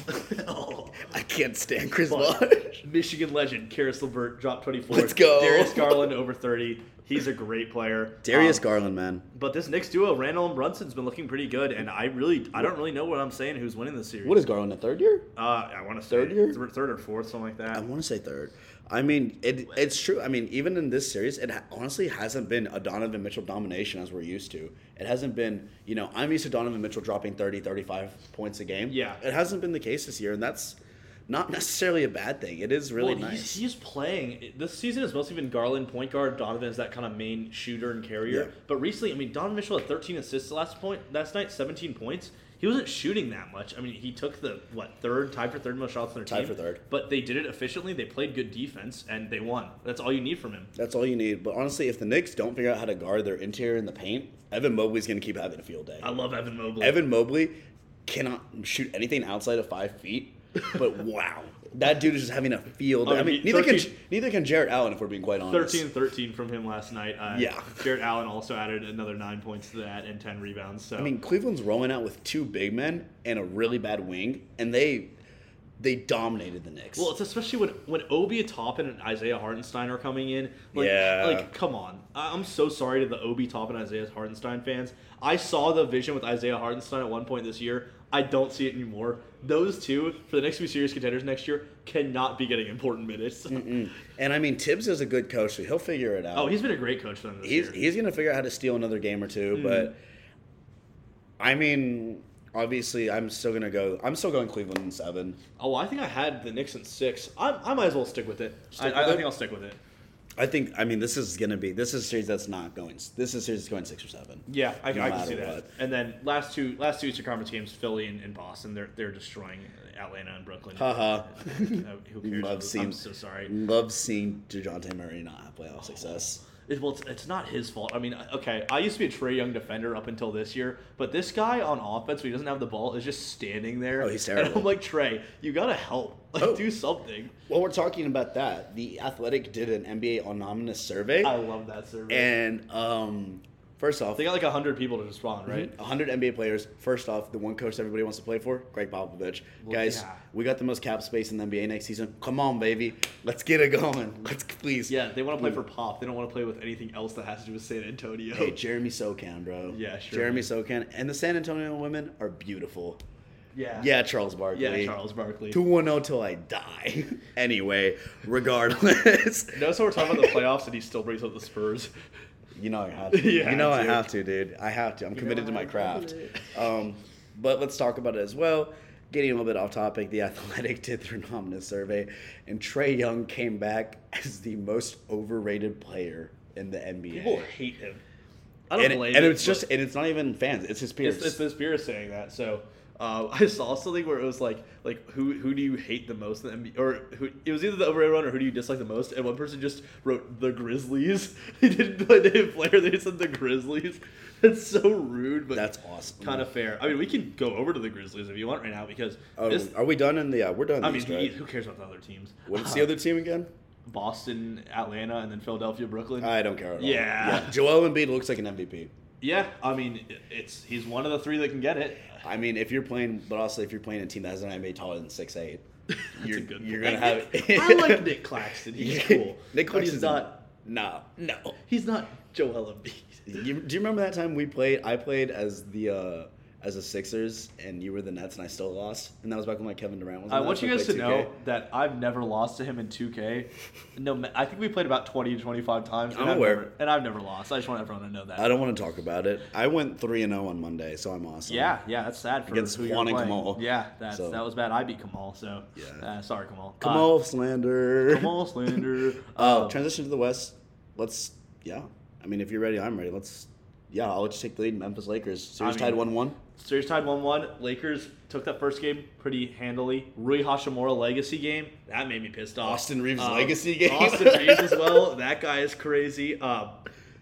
Speaker 1: I can't stand Chris
Speaker 2: But
Speaker 1: Bosh.
Speaker 2: Michigan legend Karis LeVert dropped 24.
Speaker 1: Let's go.
Speaker 2: Darius Garland over 30. He's a great player.
Speaker 1: Darius
Speaker 2: Um,
Speaker 1: Garland, man.
Speaker 2: But this Knicks duo, Randall and Brunson's been looking pretty good, and I really, I don't really know what I'm saying. Who's winning this series?
Speaker 1: What is Garland, a third year?
Speaker 2: Uh, I want to say
Speaker 1: Third year?
Speaker 2: thir- third or fourth, something like
Speaker 1: I
Speaker 2: that.
Speaker 1: want to say third. I mean, it, it's true. I mean, even in this series, it ha- honestly hasn't been a Donovan Mitchell domination as we're used to. It hasn't been, you know, I'm used to Donovan Mitchell dropping 30, 35 points a game.
Speaker 2: Yeah.
Speaker 1: It hasn't been the case this year, and that's not necessarily a bad thing. It is really
Speaker 2: Well,
Speaker 1: nice.
Speaker 2: He's, he's playing. This season has mostly been Garland point guard. Donovan is that kind of main shooter and carrier.
Speaker 1: Yeah.
Speaker 2: But recently, I mean, Donovan Mitchell had 13 assists last point last night, 17 points. He wasn't shooting that much. I mean, he took the what third, tied for third most shots on their
Speaker 1: Tied
Speaker 2: team.
Speaker 1: for third.
Speaker 2: But they did it efficiently. They played good defense and they won. That's all you need from him.
Speaker 1: That's all you need. But honestly, if the Knicks don't figure out how to guard their interior in the paint, Evan Mobley's going to keep having a field day.
Speaker 2: I love Evan Mobley.
Speaker 1: Evan Mobley cannot shoot anything outside of five feet, but wow, that dude is just having a field.
Speaker 2: Oh,
Speaker 1: I mean,
Speaker 2: he-
Speaker 1: neither can
Speaker 2: 13
Speaker 1: neither can Jarrett Allen if we're being quite honest.
Speaker 2: 13 13 from him last night. Uh,
Speaker 1: Yeah.
Speaker 2: Jared Allen also added another nine points to that and 10 rebounds. So
Speaker 1: I mean, Cleveland's rolling out with two big men and a really bad wing, and they they dominated the Knicks.
Speaker 2: Well, it's especially when when Obi Toppin and Isaiah Hartenstein are coming in. Like,
Speaker 1: Yeah.
Speaker 2: like come on. I- I'm so sorry to the Obi Toppin and Isaiah Hartenstein fans. I saw the vision with Isaiah Hartenstein at one point this year. I don't see it anymore. Those two for the next few serious contenders next year cannot be getting important minutes.
Speaker 1: and I mean, Tibbs is a good coach, so he'll figure it out.
Speaker 2: Oh, he's been a great coach for them this
Speaker 1: he's
Speaker 2: year.
Speaker 1: he's gonna figure out how to steal another game or 2 But I mean, obviously, I'm still gonna go. I'm still going Cleveland in seven.
Speaker 2: oh, I think I had the Knicks in six. I, I might as well stick with it. I,
Speaker 1: Stick
Speaker 2: I
Speaker 1: with it?
Speaker 2: think I'll stick with it.
Speaker 1: I think. I mean, this is gonna be this is a series that's not going. This is a series that's going six or seven.
Speaker 2: Yeah, I,
Speaker 1: No
Speaker 2: I can
Speaker 1: matter
Speaker 2: see that.
Speaker 1: what.
Speaker 2: And then last two last two Eastern Conference games, Philly and, and Boston, they're they're destroying Atlanta and Brooklyn. Uh,
Speaker 1: Haha.
Speaker 2: Who cares?
Speaker 1: Love
Speaker 2: I'm
Speaker 1: seeing-
Speaker 2: so sorry.
Speaker 1: Love seeing Dejounte Murray not have playoff success.
Speaker 2: It- well, it's, it's not his fault. I mean, okay, I used to be a Trey Young defender up until this year, but this guy on offense, when he doesn't have the ball, is just standing there.
Speaker 1: Oh, he's
Speaker 2: And
Speaker 1: terrible.
Speaker 2: I'm like Trey, you gotta help. Like,
Speaker 1: Oh.
Speaker 2: do something.
Speaker 1: Well, we're talking about that. The Athletic did an NBA anonymous survey,
Speaker 2: I love that survey.
Speaker 1: and um, first off,
Speaker 2: they got like hundred people to
Speaker 1: Mhm.
Speaker 2: respond, right?
Speaker 1: 100 NBA players. First off, the one coach everybody wants to play for, Greg Popovich.
Speaker 2: Well,
Speaker 1: Guys,
Speaker 2: yeah.
Speaker 1: we got the most cap space in the NBA next season. Come on, baby, let's get it going. Let's please.
Speaker 2: Yeah, they want to play for Pop. They don't want to play with anything else that has to do with San Antonio.
Speaker 1: Hey, Jeremy Socan, bro.
Speaker 2: Yeah, sure.
Speaker 1: Jeremy Socan and the San Antonio women are beautiful.
Speaker 2: yeah,
Speaker 1: Yeah, Charles Barkley.
Speaker 2: yeah, Charles Barkley.
Speaker 1: 210 till I die. anyway, regardless.
Speaker 2: Notice how we're talking about the playoffs and he still brings up the Spurs.
Speaker 1: You know I have to.
Speaker 2: Yeah,
Speaker 1: you know I
Speaker 2: dude.
Speaker 1: have to, dude. I have to. I'm committed to
Speaker 2: I
Speaker 1: my
Speaker 2: have
Speaker 1: craft.
Speaker 2: to.
Speaker 1: Um, but let's talk about it as well. Getting a little bit off topic, the Athletic did their nominous survey, and Trey Young came back as the most overrated player in the NBA.
Speaker 2: People hate him. I don't
Speaker 1: and,
Speaker 2: blame
Speaker 1: and
Speaker 2: him,
Speaker 1: it's just,
Speaker 2: but
Speaker 1: and it's not even fans. It's his peers.
Speaker 2: it's, it's this beer saying that. So um, I saw something where it was like like who who do you hate the most in the NBA? or who it was either the overrated one or who do you dislike the most? And one person just wrote the Grizzlies. they didn't play they didn't play they said the Grizzlies. That's so rude, but
Speaker 1: That's awesome.
Speaker 2: kind of fair. I mean, we can go over to the Grizzlies if you want right now because
Speaker 1: Oh,
Speaker 2: this.
Speaker 1: are we done in the? Yeah, we're done.
Speaker 2: I
Speaker 1: in the
Speaker 2: mean,
Speaker 1: East, right?
Speaker 2: who cares about the other teams?
Speaker 1: What's the other team again?
Speaker 2: Boston, Atlanta, and then Philadelphia, Brooklyn.
Speaker 1: I don't care at all.
Speaker 2: Yeah.
Speaker 1: Joel Embiid looks like an MVP.
Speaker 2: Yeah, I mean, it's he's one of the three that can get it.
Speaker 1: I mean, if you're playing, but also if you're playing a team that has an NBA taller than six eight, you're,
Speaker 2: a good
Speaker 1: you're
Speaker 2: point.
Speaker 1: gonna have.
Speaker 2: I like Nick Claxton. He's cool.
Speaker 1: Nick
Speaker 2: but he's
Speaker 1: Claxton's
Speaker 2: not.
Speaker 1: Nah, no.
Speaker 2: He's not Joel Embiid.
Speaker 1: You, do you remember that time we played? I played as the uh, as the Sixers, and you were the Nets, and I still lost. And that was back when like Kevin Durant was. on
Speaker 2: I
Speaker 1: that,
Speaker 2: want
Speaker 1: so
Speaker 2: you
Speaker 1: I
Speaker 2: guys to
Speaker 1: played
Speaker 2: know
Speaker 1: 2K.
Speaker 2: that I've never lost to him in 2K. No, ma- I think we played about 20 to 25 times. and
Speaker 1: I'm
Speaker 2: I've
Speaker 1: aware.
Speaker 2: never- and I've never lost. I just want everyone to know that.
Speaker 1: I don't want to talk about it. I went three and zero on Monday, so I'm awesome.
Speaker 2: yeah, yeah, that's sad for
Speaker 1: Against
Speaker 2: who you're
Speaker 1: Juan and
Speaker 2: playing.
Speaker 1: Kamal.
Speaker 2: Yeah, that's,
Speaker 1: So-
Speaker 2: that was bad. I beat Kamal, so
Speaker 1: Yeah.
Speaker 2: uh, sorry, Kamal. Uh,
Speaker 1: Kamal slander.
Speaker 2: Kamal slander.
Speaker 1: Uh,
Speaker 2: Uh,
Speaker 1: transition to the West. Let's. Yeah. I mean, if you're ready, I'm ready. Let's. Yeah, I'll let you take the lead. Memphis Lakers. Series
Speaker 2: I mean-
Speaker 1: tied one one.
Speaker 2: Series tied 1 1. Lakers took that first game pretty handily. Rui Hashimura legacy game. That made me pissed off. Um,
Speaker 1: Austin Reeves' legacy game.
Speaker 2: Austin Reeves as well. That guy is crazy. Um,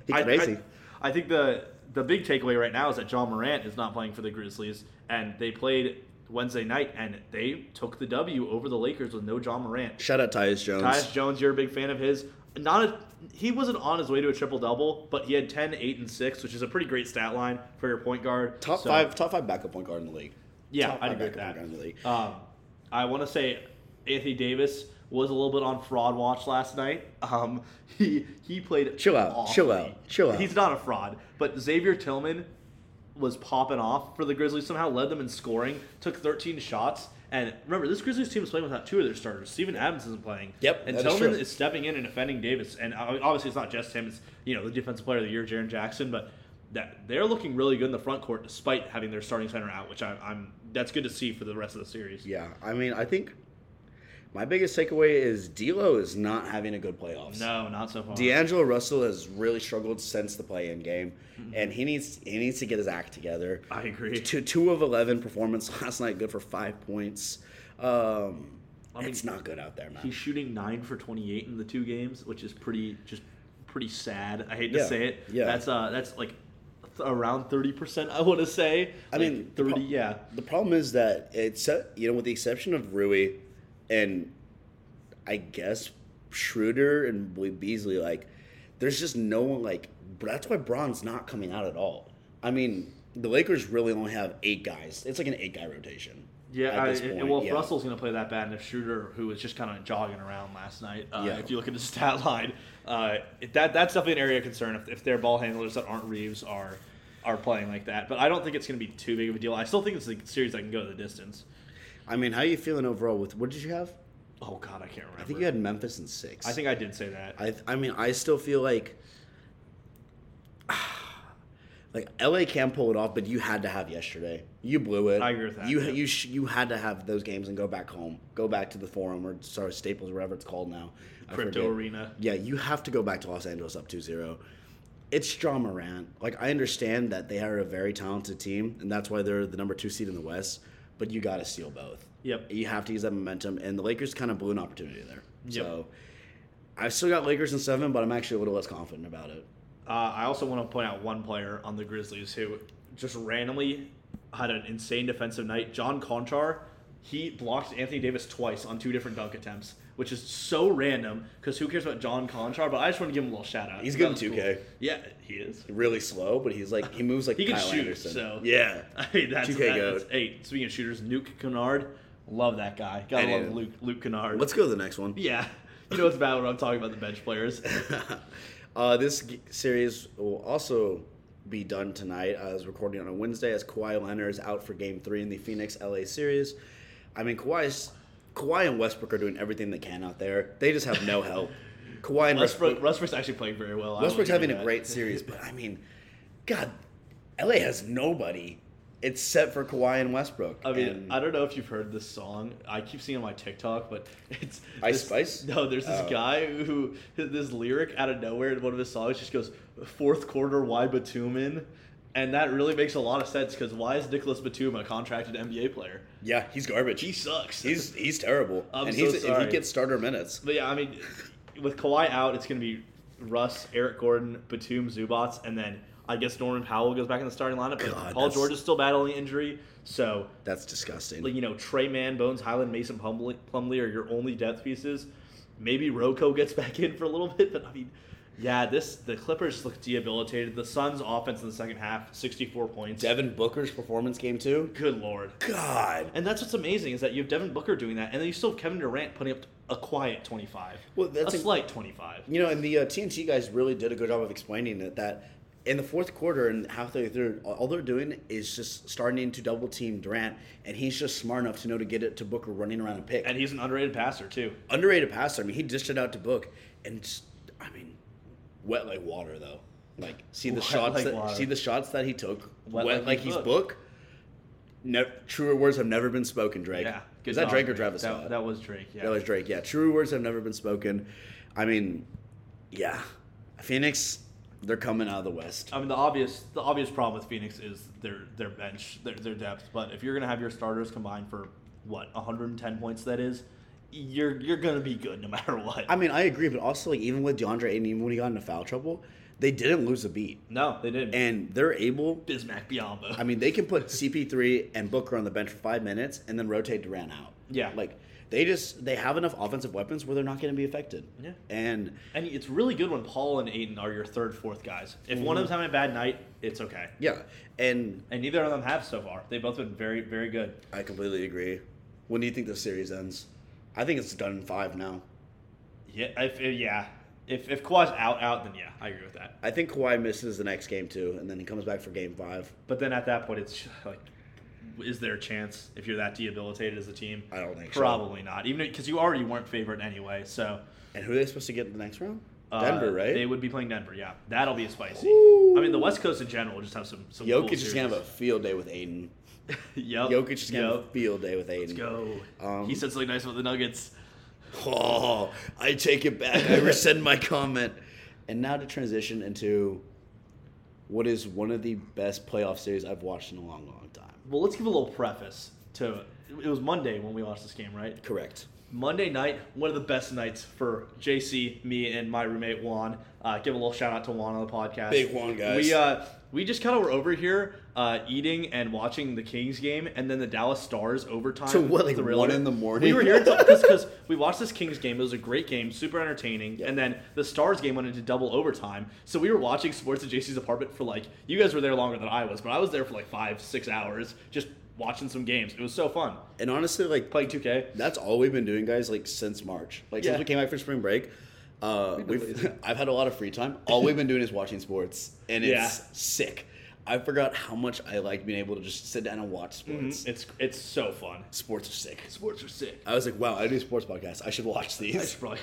Speaker 1: He
Speaker 2: I-
Speaker 1: crazy.
Speaker 2: I, I think the, the big takeaway right now is that John Morant is not playing for the Grizzlies, and they played Wednesday night, and they took the W over the Lakers with no John Morant.
Speaker 1: Shout out Tyus Jones.
Speaker 2: Tyus Jones, you're a big fan of his. not a, he wasn't on his way to a triple double, but he had 10, 8, and 6, which is a pretty great stat line for your point guard.
Speaker 1: Top
Speaker 2: So,
Speaker 1: five, top five backup point guard in the league.
Speaker 2: Yeah,
Speaker 1: top
Speaker 2: I'd
Speaker 1: five
Speaker 2: agree with
Speaker 1: backup
Speaker 2: that.
Speaker 1: point guard in the league.
Speaker 2: Um, I want to say Anthony Davis was a little bit on fraud watch last night. Um, he he played
Speaker 1: Chill out,
Speaker 2: awfully.
Speaker 1: chill out, chill out.
Speaker 2: He's not a fraud, but Xavier Tillman was popping off for the Grizzlies. Somehow led them in scoring. Took 13 shots. And remember, this Grizzlies team is playing without two of their starters. Steven Adams isn't playing.
Speaker 1: Yep,
Speaker 2: and
Speaker 1: that is
Speaker 2: Tillman
Speaker 1: true.
Speaker 2: is stepping in and defending Davis. And ob- obviously, it's not just him. It's you know the defensive player of the year, Jaron Jackson. But that they're looking really good in the front court, despite having their starting center out, which I, I'm that's good to see for the rest of the series.
Speaker 1: Yeah, I mean, I think my biggest takeaway is D'Lo is not having a good playoffs.
Speaker 2: No, not so far.
Speaker 1: D'Angelo Russell has really struggled since the play-in game, and he needs he needs to get his act together.
Speaker 2: Mm-hmm. I agree.
Speaker 1: Two two of eleven performance last night, good for five points. Um,
Speaker 2: I mean,
Speaker 1: it's not good out there, man.
Speaker 2: He's shooting nine for 28 in the two games, which is pretty just pretty sad. I hate to
Speaker 1: Yeah,
Speaker 2: say it.
Speaker 1: yeah.
Speaker 2: that's uh that's like th- around 30 percent. I want to say.
Speaker 1: I
Speaker 2: Like,
Speaker 1: mean, the
Speaker 2: 30.
Speaker 1: pro-
Speaker 2: yeah.
Speaker 1: The problem is that it's uh, you know with the exception of Rui, and I guess Schroeder and Boy Beasley, like there's just no one like. That's why Braun's not coming out at all. I mean, the Lakers really only have eight guys. It's like an eight guy rotation.
Speaker 2: Yeah,
Speaker 1: at
Speaker 2: I,
Speaker 1: this
Speaker 2: and-
Speaker 1: point,
Speaker 2: and well, if
Speaker 1: yeah.
Speaker 2: Russell's going to play that bad, and if Schroeder, who was just kind of jogging around last night, uh,
Speaker 1: Yeah.
Speaker 2: if you look at the stat line, uh, it- that that's definitely an area of concern if, if their ball handlers that aren't Reeves are are playing like that. But I don't think it's going to be too big of a deal. I still think it's a series that can go the distance.
Speaker 1: I mean, how are you feeling overall? With what did you have?
Speaker 2: Oh God, I can't remember.
Speaker 1: I think you had Memphis in six.
Speaker 2: I think I did say that.
Speaker 1: I, I mean, I still feel like, like LA can pull it off, but you had to have yesterday. You blew it.
Speaker 2: I agree with that,
Speaker 1: You
Speaker 2: yeah.
Speaker 1: you sh- you had to have those games and go back home, go back to the Forum or sorry Staples, wherever it's called now. I
Speaker 2: Crypto
Speaker 1: forget.
Speaker 2: Arena.
Speaker 1: Yeah, you have to go back to Los Angeles up 2-0. It's John Morant. Like I understand that they are a very talented team, and that's why they're the number two seed in the West. But you got to steal both.
Speaker 2: Yep.
Speaker 1: You have to use that momentum, and the Lakers kind of blew an opportunity there.
Speaker 2: Yep.
Speaker 1: So I've still got Lakers in seven, but I'm actually a little less confident about it.
Speaker 2: Uh, I also want to point out one player on the Grizzlies who just randomly had an insane defensive night. John Conchar, he blocked Anthony Davis twice on two different dunk attempts, which is so random because who cares about John Conchar? But I just want to give him a little shout out.
Speaker 1: He's good
Speaker 2: That
Speaker 1: in
Speaker 2: was
Speaker 1: 2K.
Speaker 2: Yeah, he is.
Speaker 1: Really slow, but he's like he moves like
Speaker 2: He can
Speaker 1: Kyle
Speaker 2: shoot,
Speaker 1: Anderson.
Speaker 2: so-
Speaker 1: yeah,
Speaker 2: I mean, that's,
Speaker 1: 2K
Speaker 2: that-
Speaker 1: goat.
Speaker 2: that's hey. Speaking of shooters, Nuke Kennard, love that guy. Gotta
Speaker 1: I
Speaker 2: love
Speaker 1: do.
Speaker 2: Luke Luke Kennard.
Speaker 1: Let's go to the next one.
Speaker 2: yeah, you know it's bad when I'm talking about the bench players.
Speaker 1: uh, this g- series will also be done tonight. I was recording on a Wednesday as Kawhi Leonard is out for Game Three in the Phoenix LA series. I mean, Kawhi's Kawhi and Westbrook are doing everything they can out there. They just have no help. Kawhi and
Speaker 2: Westbrook Westbrook's actually playing very well. I will
Speaker 1: Westbrook's
Speaker 2: give
Speaker 1: having
Speaker 2: him
Speaker 1: a
Speaker 2: Oh, that.
Speaker 1: great series, but I mean, God, LA has nobody except for Kawhi and Westbrook.
Speaker 2: I mean,
Speaker 1: And-
Speaker 2: I don't know if you've heard this song. I keep seeing it on my TikTok, but it's
Speaker 1: Ice
Speaker 2: this-
Speaker 1: Spice?
Speaker 2: No, there's this
Speaker 1: Oh.
Speaker 2: guy who this lyric out of nowhere in one of his songs just goes fourth quarter. Why Batumin? And that really makes a lot of sense because why is Nicholas Batum a contracted NBA player?
Speaker 1: yeah, he's garbage.
Speaker 2: He sucks.
Speaker 1: he's he's terrible,
Speaker 2: I'm
Speaker 1: and
Speaker 2: so
Speaker 1: he's and
Speaker 2: sorry.
Speaker 1: he gets starter minutes.
Speaker 2: but yeah, I mean, with Kawhi out, it's gonna be Russ, Eric Gordon, Batum, Zubats, and then I guess Norman Powell goes back in the starting lineup. but
Speaker 1: God,
Speaker 2: Paul
Speaker 1: that's-
Speaker 2: George is still battling injury, so
Speaker 1: That's disgusting.
Speaker 2: like you know Trey Man, Bones Highland, Mason Plumlee, Plumlee are your only depth pieces. Maybe Roko gets back in for a little bit, but I mean, yeah, this the Clippers look debilitated. The Suns' offense in the second half, sixty-four points.
Speaker 1: Devin Booker's performance game too.
Speaker 2: Good lord!
Speaker 1: God.
Speaker 2: And that's what's amazing is that you have Devin Booker doing that, and then you still have Kevin Durant putting up a quiet twenty-five.
Speaker 1: Well, that's
Speaker 2: a
Speaker 1: in-
Speaker 2: slight twenty-five.
Speaker 1: You know, and the uh, TNT guys really did a good job of explaining it that in the fourth quarter and halfway through, all- all they're doing is just starting to double team Durant, and he's just smart enough to know to get it to Booker running around and pick.
Speaker 2: And he's an underrated passer too.
Speaker 1: underrated passer. I mean, he dished it out to Book, and s- I mean, wet like water though. Like see the
Speaker 2: Wet
Speaker 1: shots
Speaker 2: like
Speaker 1: that
Speaker 2: water.
Speaker 1: see the shots that he took.
Speaker 2: Wet
Speaker 1: Wet,
Speaker 2: like
Speaker 1: like,
Speaker 2: he's
Speaker 1: he's
Speaker 2: Book.
Speaker 1: Book. Nev- truer words have never been spoken, Drake.
Speaker 2: Yeah, good
Speaker 1: Is that
Speaker 2: job,
Speaker 1: Drake or Travis
Speaker 2: that,
Speaker 1: Scott?
Speaker 2: That was Drake. Yeah.
Speaker 1: That was Drake. Yeah, truer words have never been spoken. I mean, yeah, Phoenix, they're coming out of the West.
Speaker 2: I mean, the obvious the obvious problem with Phoenix is their their bench, their, their depth. But if you're gonna have your starters combined for what 110 points, that is, you're you're gonna be good no matter what.
Speaker 1: I mean, I agree, but also like even with DeAndre Ayton, even when he got into foul trouble, they didn't lose a beat,
Speaker 2: no, they didn't.
Speaker 1: and they're able
Speaker 2: Bismack Biombo.
Speaker 1: I mean, they can put CP3 and Booker on the bench for five minutes and then rotate Durant out.
Speaker 2: Yeah.
Speaker 1: Like, They just they have enough offensive weapons where they're not going to be affected.
Speaker 2: Yeah.
Speaker 1: And
Speaker 2: And it's really good when Paul and Aiden are your third, fourth guys. If one of them's having a bad night, it's okay.
Speaker 1: yeah, and
Speaker 2: And neither of them have so far. They've both been very, very good.
Speaker 1: I completely agree. When do you think the series ends? I think it's done in five now.
Speaker 2: Yeah. If, if yeah. If if Kawhi's out, out, then yeah, I agree with that.
Speaker 1: I think Kawhi misses the next game too, and then he comes back for game five.
Speaker 2: But then at that point, it's just like, is there a chance if you're that debilitated as a team?
Speaker 1: I don't think so.
Speaker 2: Probably not. Even because you already weren't favored anyway. So
Speaker 1: And who are they supposed to get in the next round?
Speaker 2: uh,
Speaker 1: Denver, right?
Speaker 2: They would be playing Denver. Yeah, that'll be spicy. I mean, the West Coast in general will just have some. some
Speaker 1: Jokic
Speaker 2: cool
Speaker 1: is gonna have a field day with Aiden.
Speaker 2: a. yep.
Speaker 1: Jokic is gonna have
Speaker 2: yep.
Speaker 1: a field day with Aiden.
Speaker 2: Let's go.
Speaker 1: Um,
Speaker 2: he said something nice about the Nuggets.
Speaker 1: Oh, I take it back. I rescind my comment. And now to transition into what is one of the best playoff series I've watched in a long, long time.
Speaker 2: Well, let's give a little preface to it was Monday when we watched this game, right?
Speaker 1: Correct.
Speaker 2: Monday night, one of the best nights for JC, me, and my roommate Juan. Uh, give a little shout out to Juan on the podcast.
Speaker 1: Big Juan, guys.
Speaker 2: We uh, we just kind of were over here uh, eating and watching the Kings game, and then the Dallas Stars overtime.
Speaker 1: Till what, like,
Speaker 2: thriller.
Speaker 1: one in the morning?
Speaker 2: We were here because we watched this Kings game. It was a great game, super entertaining.
Speaker 1: Yeah.
Speaker 2: And then the Stars game went into double overtime, so we were watching sports at JC's apartment for like you guys were there longer than I was, but I was there for like five, six hours just watching some games. It was so fun
Speaker 1: And honestly, like
Speaker 2: playing 2K.
Speaker 1: that's all we've been doing, guys, like since March. Like since
Speaker 2: Yeah.
Speaker 1: we came back from spring break. Uh,
Speaker 2: been
Speaker 1: we've
Speaker 2: lazy.
Speaker 1: I've had a lot of free time. All we've been doing is watching sports, and it's
Speaker 2: Yeah.
Speaker 1: sick. I forgot how much I like being able to just sit down and watch sports.
Speaker 2: It's it's so fun.
Speaker 1: Sports are sick.
Speaker 2: Sports are sick.
Speaker 1: I was like, wow, I do sports podcasts. I should watch these.
Speaker 2: I should probably.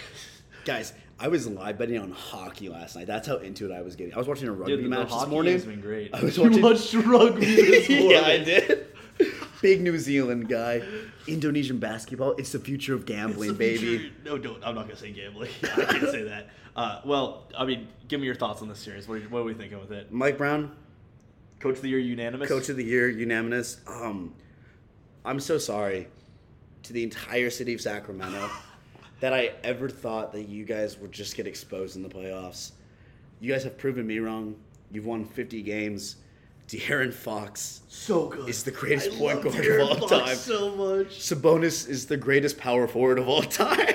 Speaker 1: Guys, I was live betting on hockey last night. That's how into it I was getting. I was watching a rugby
Speaker 2: Dude, the,
Speaker 1: match
Speaker 2: hockey
Speaker 1: this morning.
Speaker 2: has been great.
Speaker 1: I was
Speaker 2: You
Speaker 1: watching-
Speaker 2: watched rugby this morning.
Speaker 1: yeah, I did. Big New Zealand guy, Indonesian basketball. It's the future of
Speaker 2: It's
Speaker 1: gambling,
Speaker 2: the
Speaker 1: baby.
Speaker 2: future- No, don't. I'm not gonna say gambling. I can't say that. Uh, well, I mean, give me your thoughts on this series. What are, you- what are we thinking with it?
Speaker 1: Mike Brown,
Speaker 2: Coach of the year unanimous.
Speaker 1: Coach of the Year, unanimous. Um, I'm so sorry to the entire city of Sacramento that I ever thought that you guys would just get exposed in the playoffs. You guys have proven me wrong. You've won 50 games. De'Aaron Fox
Speaker 2: so good.
Speaker 1: is the greatest
Speaker 2: I
Speaker 1: point
Speaker 2: love
Speaker 1: guard
Speaker 2: De'Aaron
Speaker 1: of all
Speaker 2: Fox
Speaker 1: time.
Speaker 2: So much.
Speaker 1: Sabonis is the greatest power forward of all time.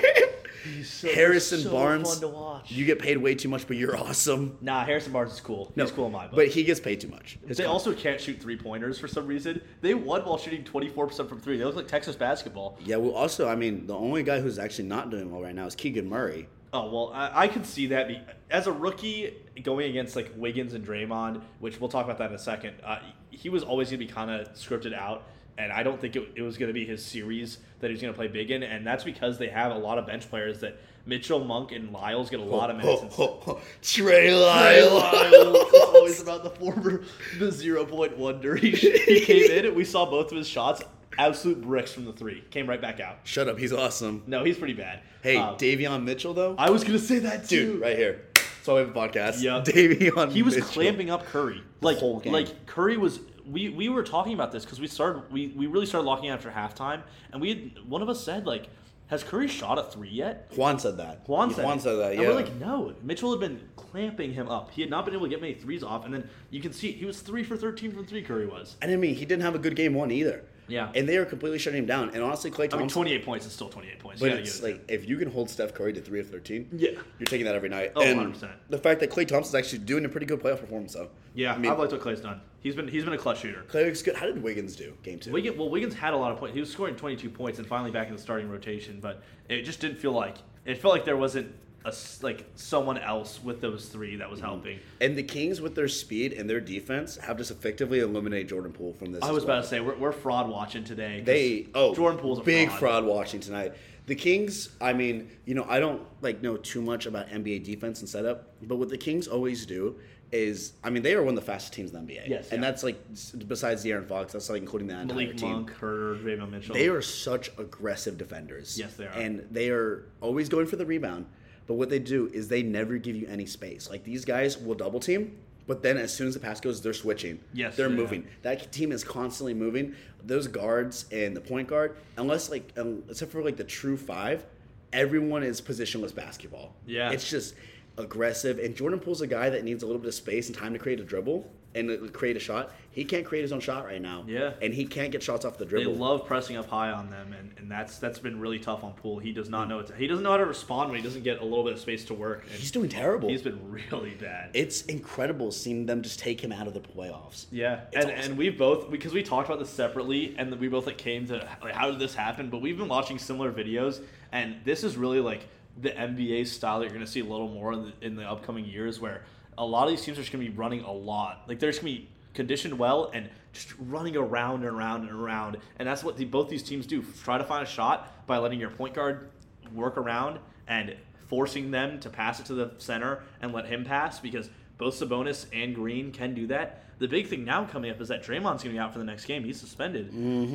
Speaker 2: He's so,
Speaker 1: Harrison
Speaker 2: so
Speaker 1: Barnes,
Speaker 2: Fun to watch.
Speaker 1: You get paid way too much, but you're awesome.
Speaker 2: nah, Harrison Barnes is cool. He's cool in my book.
Speaker 1: But he gets paid too much. His
Speaker 2: They
Speaker 1: con-
Speaker 2: also can't shoot three pointers for some reason. They won while shooting 24% from three. They look like Texas basketball.
Speaker 1: yeah, well, also, I mean, the only guy who's actually not doing well right now is Keegan Murray.
Speaker 2: Oh, well, I, I could see that. Be, as a rookie, going against like Wiggins and Draymond, which we'll talk about that in a second, uh, he was always going to be kind of scripted out. And I don't think it, it was going to be his series that he was going to play big in. And that's because they have a lot of bench players that Mitchell Monk and Lyles get a lot of minutes. and
Speaker 1: Trey Lyles.
Speaker 2: it's always about the former, the zero point wonder. He, he came in and we saw both of his shots, absolute bricks from the three. Came right back out.
Speaker 1: Shut up, he's awesome.
Speaker 2: No, he's pretty bad.
Speaker 1: Hey,
Speaker 2: Um,
Speaker 1: Davion Mitchell, though?
Speaker 2: I was gonna say that too.
Speaker 1: Dude, right here. That's why we have a podcast.
Speaker 2: Yeah.
Speaker 1: Davion
Speaker 2: He was
Speaker 1: Mitchell.
Speaker 2: clamping up Curry. Like,
Speaker 1: whole game.
Speaker 2: like Curry was. We, we were talking about this because we started we, we really started locking after halftime, and we had one of us said like, has Curry shot a three yet?
Speaker 1: Juan said that.
Speaker 2: Juan said,
Speaker 1: Juan
Speaker 2: it.
Speaker 1: said that,
Speaker 2: And
Speaker 1: yeah.
Speaker 2: we're like, no. Mitchell had been clamping him up. He had not been able to get many threes off, and then you can see he was three for thirteen from three. Curry was.
Speaker 1: and I mean, he didn't have a good game one either.
Speaker 2: Yeah.
Speaker 1: And they are completely shutting him down. And honestly, Clay
Speaker 2: I mean,
Speaker 1: Thompson.
Speaker 2: twenty eight points is still twenty eight points. You
Speaker 1: But
Speaker 2: gotta
Speaker 1: it's
Speaker 2: give it to
Speaker 1: like if you can hold Steph Curry to three of thirteen,
Speaker 2: Yeah.
Speaker 1: you're taking that every night.
Speaker 2: Oh,
Speaker 1: and
Speaker 2: 100%.
Speaker 1: The fact that Clay Thompson's actually doing a pretty good playoff performance though.
Speaker 2: him. yeah,
Speaker 1: I
Speaker 2: I
Speaker 1: mean,
Speaker 2: have liked what Clay's done. He's been he's been a clutch shooter.
Speaker 1: Clay looks good. How did Wiggins do game two?
Speaker 2: Wiggins, well, Wiggins had a lot of points. He was scoring 22 points and finally back in the starting rotation, but it just didn't feel like it felt like there wasn't a s like someone else with those three that
Speaker 1: Mm-hmm.
Speaker 2: was helping.
Speaker 1: And the Kings with their speed and their defense have just effectively eliminated Jordan Poole from this.
Speaker 2: I
Speaker 1: as
Speaker 2: was
Speaker 1: well.
Speaker 2: about to say we're, we're fraud watching today. 'cause
Speaker 1: They oh
Speaker 2: Jordan Poole's a
Speaker 1: big
Speaker 2: fraud.
Speaker 1: fraud watching tonight. The Kings, I mean, you know, I don't like know too much about NBA defense and setup, but what the Kings always do is, I mean, they are one of the fastest teams in the NBA.
Speaker 2: Yes,
Speaker 1: and
Speaker 2: yeah.
Speaker 1: that's like s- besides De'Aaron Fox, that's like including that entire
Speaker 2: Malik
Speaker 1: team.
Speaker 2: Monk, Herder, Draymond Mitchell.
Speaker 1: They are such aggressive defenders.
Speaker 2: Yes, they are.
Speaker 1: And they are always going for the rebound. But what they do is they never give you any space. Like these guys will double team, but then as soon as the pass goes, they're switching.
Speaker 2: Yes,
Speaker 1: they're
Speaker 2: they are.
Speaker 1: moving. That team is constantly moving. Those guards and the point guard, unless like um, except for like the true five, everyone is positionless basketball.
Speaker 2: Yeah.
Speaker 1: it's just aggressive. And Jordan Poole's a guy that needs a little bit of space and time to create a dribble and uh, create a shot. He can't create his own shot right now.
Speaker 2: Yeah.
Speaker 1: And he can't get shots off the
Speaker 2: They
Speaker 1: dribble.
Speaker 2: love pressing up high on them, and, and that's that's been really tough on Poole. He does not know it. He doesn't know how to respond when he doesn't get a little bit of space to work. And
Speaker 1: Mm. He's doing terrible.
Speaker 2: he's been really bad.
Speaker 1: it's incredible seeing them just take him out of the playoffs.
Speaker 2: Yeah,
Speaker 1: It's
Speaker 2: and
Speaker 1: awesome.
Speaker 2: and we both because we talked about this separately, and we both like came to like how did this happen? But we've been watching similar videos, and this is really like the NBA style that you're gonna see a little more in the, in the upcoming years, where a lot of these teams are just gonna be running a lot. Like they're just gonna be conditioned well and just running around and around and around, and that's what the, both these teams do. Try to find a shot by letting your point guard work around and forcing them to pass it to the center and let him pass because both Sabonis and Green can do that. The big thing now coming up is that Draymond's going to be out for the next game. He's suspended.
Speaker 1: Mm.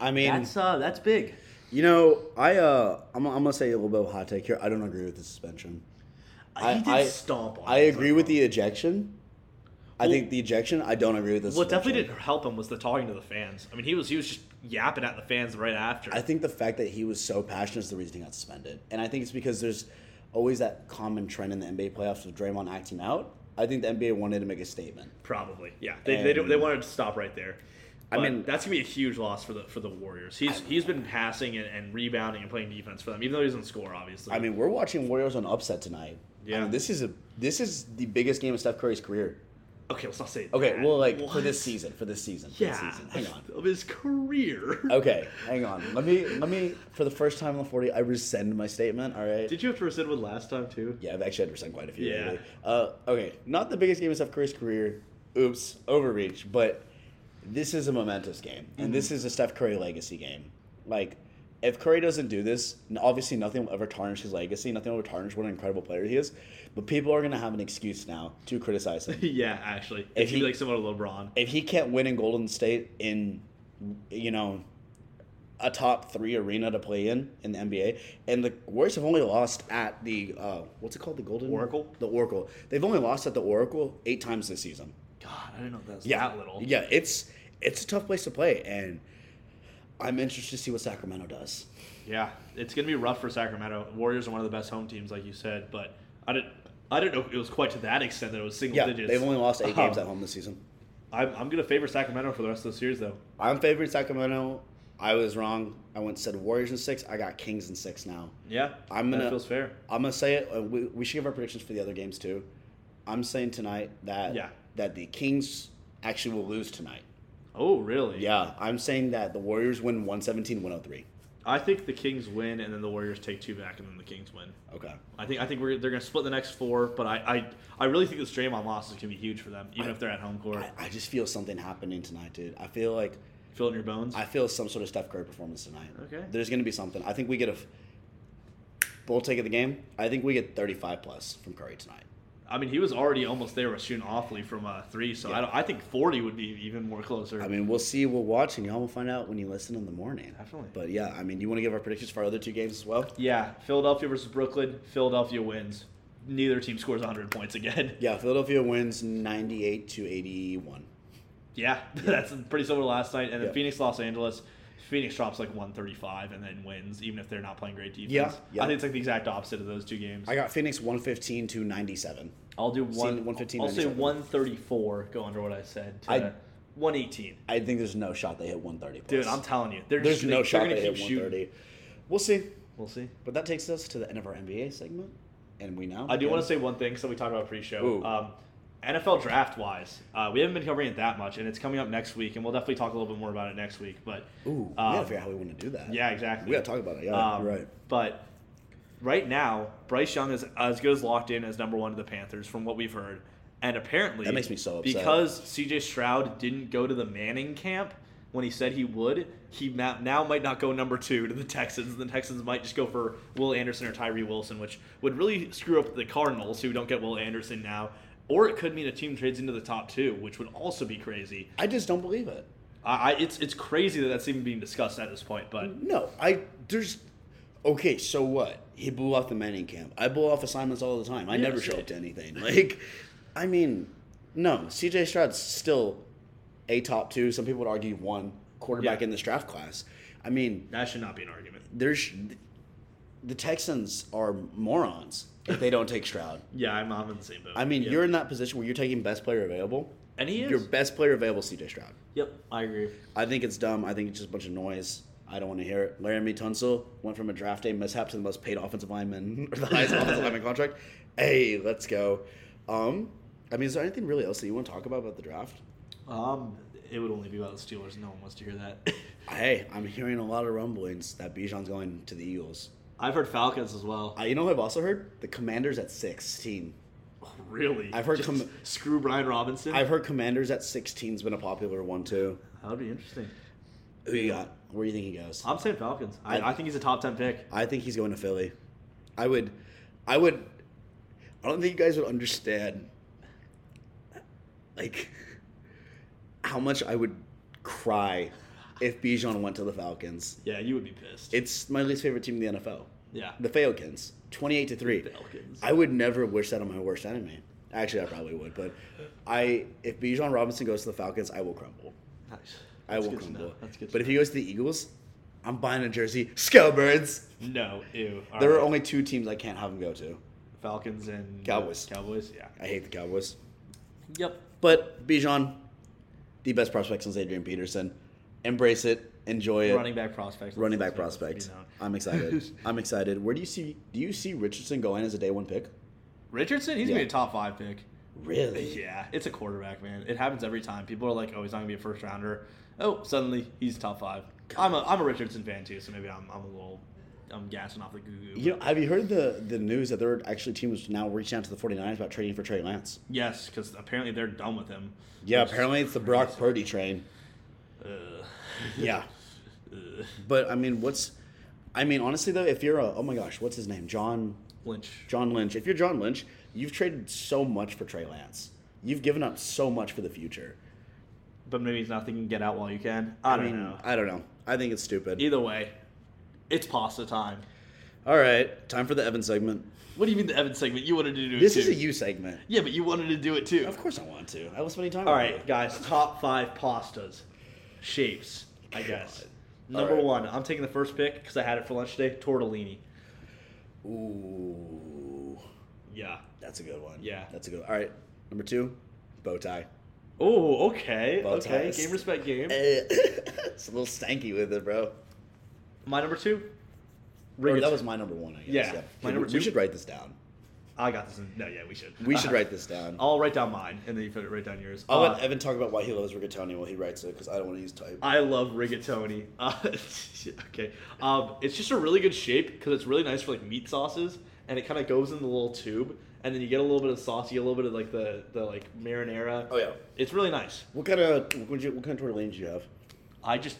Speaker 1: I mean,
Speaker 2: That's uh, that's big.
Speaker 1: you know, I uh, I'm, I'm gonna say a little bit of a hot take here. I don't agree with the suspension. I-
Speaker 2: he did
Speaker 1: I-
Speaker 2: stomp on.
Speaker 1: I
Speaker 2: him.
Speaker 1: agree with the ejection. I
Speaker 2: Well-
Speaker 1: think the ejection. I don't agree with this.
Speaker 2: What definitely didn't help him was the talking to the fans. I mean, he was he was just yapping at the fans right after.
Speaker 1: I think the fact that he was so passionate is the reason he got suspended, and I think it's because there's always that common trend in the NBA playoffs of Draymond acting out. I think the NBA wanted to make a statement.
Speaker 2: Probably, yeah. They, they, don't, they
Speaker 1: And-
Speaker 2: wanted to stop right there.
Speaker 1: I
Speaker 2: But
Speaker 1: mean-
Speaker 2: that's gonna be a huge loss for the for the Warriors. He's he's been passing and, and rebounding and playing defense for them, even though he doesn't score. Obviously,
Speaker 1: I mean, we're watching Warriors on upset tonight. I
Speaker 2: Yeah.
Speaker 1: mean, this is a this is the biggest game of Steph Curry's career.
Speaker 2: okay, let's not say.
Speaker 1: Okay,
Speaker 2: that.
Speaker 1: well, like for
Speaker 2: What?
Speaker 1: this season, for this season, for this
Speaker 2: yeah,
Speaker 1: season. Hang on.
Speaker 2: of his career.
Speaker 1: Okay, hang on. Let me let me for the first time in the forty, I rescind my statement. All right.
Speaker 2: Did you have to rescind one last time too?
Speaker 1: yeah, I've actually had to rescind quite a few.
Speaker 2: Yeah.
Speaker 1: lately. Uh, okay, not the biggest game of Steph Curry's career. Oops, overreach. But this is a momentous game,
Speaker 2: Mm-hmm.
Speaker 1: and this is a Steph Curry legacy game. Like, if Curry doesn't do this, n- obviously nothing will ever tarnish his legacy. Nothing will ever tarnish what an incredible player he is. But people are gonna have an excuse now to criticize him.
Speaker 2: yeah, actually,
Speaker 1: If
Speaker 2: if he
Speaker 1: he-
Speaker 2: like similar to LeBron.
Speaker 1: if he can't win in Golden State in, you know, a top three arena to play in in the NBA, and the Warriors have only lost at the uh, what's it called, the Golden
Speaker 2: Oracle?
Speaker 1: the Oracle. They've only lost at the Oracle eight times this season.
Speaker 2: God, I didn't know that was
Speaker 1: Yeah,
Speaker 2: that little.
Speaker 1: Yeah, it's it's a tough place to play, and I'm interested to see what Sacramento does.
Speaker 2: Yeah, it's gonna be rough for Sacramento. Warriors are one of the best home teams, like you said, but I didn't. I didn't know it was quite to that extent that it was single
Speaker 1: Yeah,
Speaker 2: digits.
Speaker 1: they've only lost eight games
Speaker 2: Um,
Speaker 1: at home this season.
Speaker 2: I'm, I'm gonna favor Sacramento for the rest of the series, though.
Speaker 1: I'm favoring Sacramento. I was wrong. I went said Warriors in six. I got Kings in six now.
Speaker 2: Yeah,
Speaker 1: I'm gonna-
Speaker 2: that feels fair.
Speaker 1: I'm gonna say it. uh, We, we should give our predictions for the other games too. I'm saying tonight that
Speaker 2: Yeah.
Speaker 1: that the Kings actually will lose tonight.
Speaker 2: Oh, really?
Speaker 1: Yeah, I'm saying that the Warriors win 117-103.
Speaker 2: I think the Kings win, and then the Warriors take two back, and then the Kings win.
Speaker 1: Okay.
Speaker 2: I think I think we're, they're gonna split the next four, but I I, I really think this Draymond loss is gonna be huge for them, even if they're at home court.
Speaker 1: I, I just feel something happening tonight, dude. I feel like
Speaker 2: Feel it in your bones.
Speaker 1: I feel some sort of Steph Curry performance tonight.
Speaker 2: Okay.
Speaker 1: There's gonna be something. I think we get a f- bull take of the game. I think we get 35 plus from Curry tonight.
Speaker 2: I mean, he was already almost there with shooting awfully from uh, three, so I, don't, I think 40 would be even more closer.
Speaker 1: I mean, we'll see. We'll watch, and y'all will find out when you listen in the morning.
Speaker 2: Definitely.
Speaker 1: But yeah, I mean, you want to give our predictions for our other two games as well?
Speaker 2: yeah, Philadelphia versus Brooklyn. Philadelphia wins. Neither team scores 100 points again.
Speaker 1: Yeah, Philadelphia wins 98 to 81.
Speaker 2: Yeah, that's pretty similar to last night. And then
Speaker 1: Yeah.
Speaker 2: Phoenix, Los Angeles. Phoenix drops like 135 and then wins, even if they're not playing great defense.
Speaker 1: Yeah, yeah.
Speaker 2: I think it's like the exact opposite of those two games.
Speaker 1: I got Phoenix 115 to 97.
Speaker 2: I'll do
Speaker 1: Seen
Speaker 2: one.
Speaker 1: 115,
Speaker 2: I'll say
Speaker 1: 97.
Speaker 2: 134. Go under what I said. To
Speaker 1: I-
Speaker 2: 118.
Speaker 1: I think there's no shot they hit 130. Plus.
Speaker 2: Dude, I'm telling you, they're
Speaker 1: there's
Speaker 2: just,
Speaker 1: no
Speaker 2: they're
Speaker 1: shot
Speaker 2: gonna
Speaker 1: they hit
Speaker 2: keep shooting.
Speaker 1: 130. We'll see.
Speaker 2: We'll see.
Speaker 1: But that takes us to the end of our NBA segment, and we now.
Speaker 2: I do want to say one thing, so we talked about pre-show.
Speaker 1: Ooh.
Speaker 2: Um, NFL draft wise, uh, we haven't been covering it that much, and it's coming up next week, and we'll definitely talk a little bit more about it next week. But
Speaker 1: Ooh, we gotta
Speaker 2: um,
Speaker 1: figure out how we want to do that.
Speaker 2: yeah, exactly. Um,
Speaker 1: We gotta talk about it, yeah, you're right.
Speaker 2: But right now, Bryce Young is as good as locked in as number one to the Panthers, from what we've heard, and apparently
Speaker 1: That makes me so upset.
Speaker 2: because C.J. Stroud didn't go to the Manning camp. When he said he would, he ma- now might not go number two to the Texans. The Texans might just go for Will Anderson or Tyree Wilson, which would really screw up the Cardinals, who don't get Will Anderson now. Or it could mean a team trades into the top two, which would also be crazy.
Speaker 1: I just don't believe it.
Speaker 2: I, I it's it's crazy that that's even being discussed at this point. But
Speaker 1: No, I there's. Okay, so what? He blew off the Manning camp. I blew off assignments all the time. I never
Speaker 2: so-
Speaker 1: show up to anything. Like, I mean, no. CJ Stroud's still a top two. Some people would argue one quarterback
Speaker 2: Yeah.
Speaker 1: in this draft class. I mean,
Speaker 2: that should not be an argument.
Speaker 1: there's the Texans are morons if they don't take Stroud.
Speaker 2: Yeah, I'm, I'm in the same boat.
Speaker 1: I mean,
Speaker 2: Yeah.
Speaker 1: you're in that position where you're taking best player available.
Speaker 2: and he is.
Speaker 1: Your best player available, is CJ Stroud.
Speaker 2: Yep, I agree.
Speaker 1: I think it's dumb. I think it's just a bunch of noise. I don't want to hear it. Laramie Tunsil went from a draft day mishap to the most paid offensive lineman or the highest offensive lineman contract. Hey, let's go. Um, I mean, is there anything really else that you want to talk about about the draft?
Speaker 2: Um, it would only be about the Steelers. No one wants to hear that.
Speaker 1: Hey, I'm hearing a lot of rumblings that Bijan's going to the Eagles.
Speaker 2: I've heard Falcons as well.
Speaker 1: Uh, you know who I've also heard? The Commanders at 16.
Speaker 2: really?
Speaker 1: I've heard
Speaker 2: Just
Speaker 1: com-
Speaker 2: screw Brian Robinson.
Speaker 1: I've heard Commanders at 16's been a popular one too.
Speaker 2: that would be interesting.
Speaker 1: Who you got? Where do you think he goes?
Speaker 2: I'm saying Falcons. I,
Speaker 1: I-
Speaker 2: I think he's a top ten pick.
Speaker 1: I think he's going to Philly. I would, I would, I don't think you guys would understand, like, how much I would cry if Bijan went to the Falcons.
Speaker 2: Yeah, you would be pissed.
Speaker 1: It's my least favorite team in the NFL,
Speaker 2: yeah,
Speaker 1: the Falcons, twenty-eight to three.
Speaker 2: Falcons.
Speaker 1: I would never wish that on my worst enemy. Actually, I probably would, but I, if Bijan Robinson goes to the Falcons, I will crumble.
Speaker 2: nice.
Speaker 1: I
Speaker 2: That's
Speaker 1: will
Speaker 2: good to know.
Speaker 1: crumble.
Speaker 2: That's good.
Speaker 1: But
Speaker 2: But
Speaker 1: if he goes to the Eagles, I'm buying a jersey. Scowbirds.
Speaker 2: no, ew. All
Speaker 1: There are
Speaker 2: right.
Speaker 1: only two teams I can't have him go to.
Speaker 2: Falcons and
Speaker 1: Cowboys.
Speaker 2: Cowboys. Yeah.
Speaker 1: I hate the Cowboys.
Speaker 2: Yep.
Speaker 1: But Bijan, the best prospect since Adrian Peterson. Embrace it. Enjoy it.
Speaker 2: Running back prospects.
Speaker 1: Running
Speaker 2: Let's-
Speaker 1: back
Speaker 2: let's make this
Speaker 1: prospect.
Speaker 2: be known.
Speaker 1: I'm excited. I'm excited. Where do you see do you see Richardson going as a day one pick?
Speaker 2: Richardson. He's
Speaker 1: Yeah.
Speaker 2: gonna be a top five pick.
Speaker 1: Really?
Speaker 2: Yeah, it's a quarterback, man. It happens every time. People are like, "Oh, he's not gonna be a first rounder." Oh, suddenly he's top five. I'm a I'm a Richardson fan too, so maybe I'm I'm a little I'm gassing off the goo goo.
Speaker 1: You know, have you heard the, the news that there are actually teams now reaching out to the 49ers about trading for Trey Lance?
Speaker 2: Yes, because apparently they're done with him.
Speaker 1: Yeah,
Speaker 2: Which is
Speaker 1: apparently it's the Brock Purdy train.
Speaker 2: Ugh.
Speaker 1: Yeah.
Speaker 2: Ugh.
Speaker 1: But I mean, what's, I mean, honestly though, if you're a, oh my gosh, what's his name, John,
Speaker 2: Lynch.
Speaker 1: John Lynch. If you're John Lynch, you've traded so much for Trey Lance. You've given up so much for the future.
Speaker 2: But maybe it's nothing you can get out while you can. I, don't
Speaker 1: mean,
Speaker 2: know.
Speaker 1: I don't know. I think it's stupid.
Speaker 2: Either way, it's pasta time.
Speaker 1: All right, time for the Evan segment.
Speaker 2: What do you mean the Evan segment? You wanted to do it
Speaker 1: This
Speaker 2: too.
Speaker 1: is a you segment.
Speaker 2: yeah, but you wanted to do it too.
Speaker 1: Of course, I want to. I was spending time.
Speaker 2: All
Speaker 1: with
Speaker 2: right,
Speaker 1: you.
Speaker 2: guys, top five pastas, shapes, I guess.
Speaker 1: God.
Speaker 2: Number
Speaker 1: All right.
Speaker 2: one, I'm taking the first pick because I had it for lunch today tortellini.
Speaker 1: Ooh,
Speaker 2: Yeah.
Speaker 1: that's a good one.
Speaker 2: Yeah.
Speaker 1: that's a good. All right, number two, bow tie.
Speaker 2: Oh, okay.
Speaker 1: Bow
Speaker 2: okay.
Speaker 1: ties.
Speaker 2: Game, respect, game.
Speaker 1: Eh, it's a little stanky with it, bro.
Speaker 2: My number two,
Speaker 1: Or
Speaker 2: rigatoni.
Speaker 1: that was my number one. I guess.
Speaker 2: Yeah, my
Speaker 1: We-
Speaker 2: number
Speaker 1: We
Speaker 2: two.
Speaker 1: should write this down.
Speaker 2: I got this. In, no, yeah, we should.
Speaker 1: We should write this down.
Speaker 2: I'll write down mine, and then you put it right down yours.
Speaker 1: I'll
Speaker 2: Uh,
Speaker 1: let Evan talk about why he loves rigatoni while he writes it because I don't want to use type.
Speaker 2: I love rigatoni. Uh, okay, um, it's just a really good shape because it's really nice for like meat sauces, and it kind of goes in the little tube, and then you get a little bit of sauce, you get a little bit of like the the like marinara.
Speaker 1: Oh, yeah.
Speaker 2: it's really nice.
Speaker 1: What kind of what, would you, what kind of tortellini do you have?
Speaker 2: I just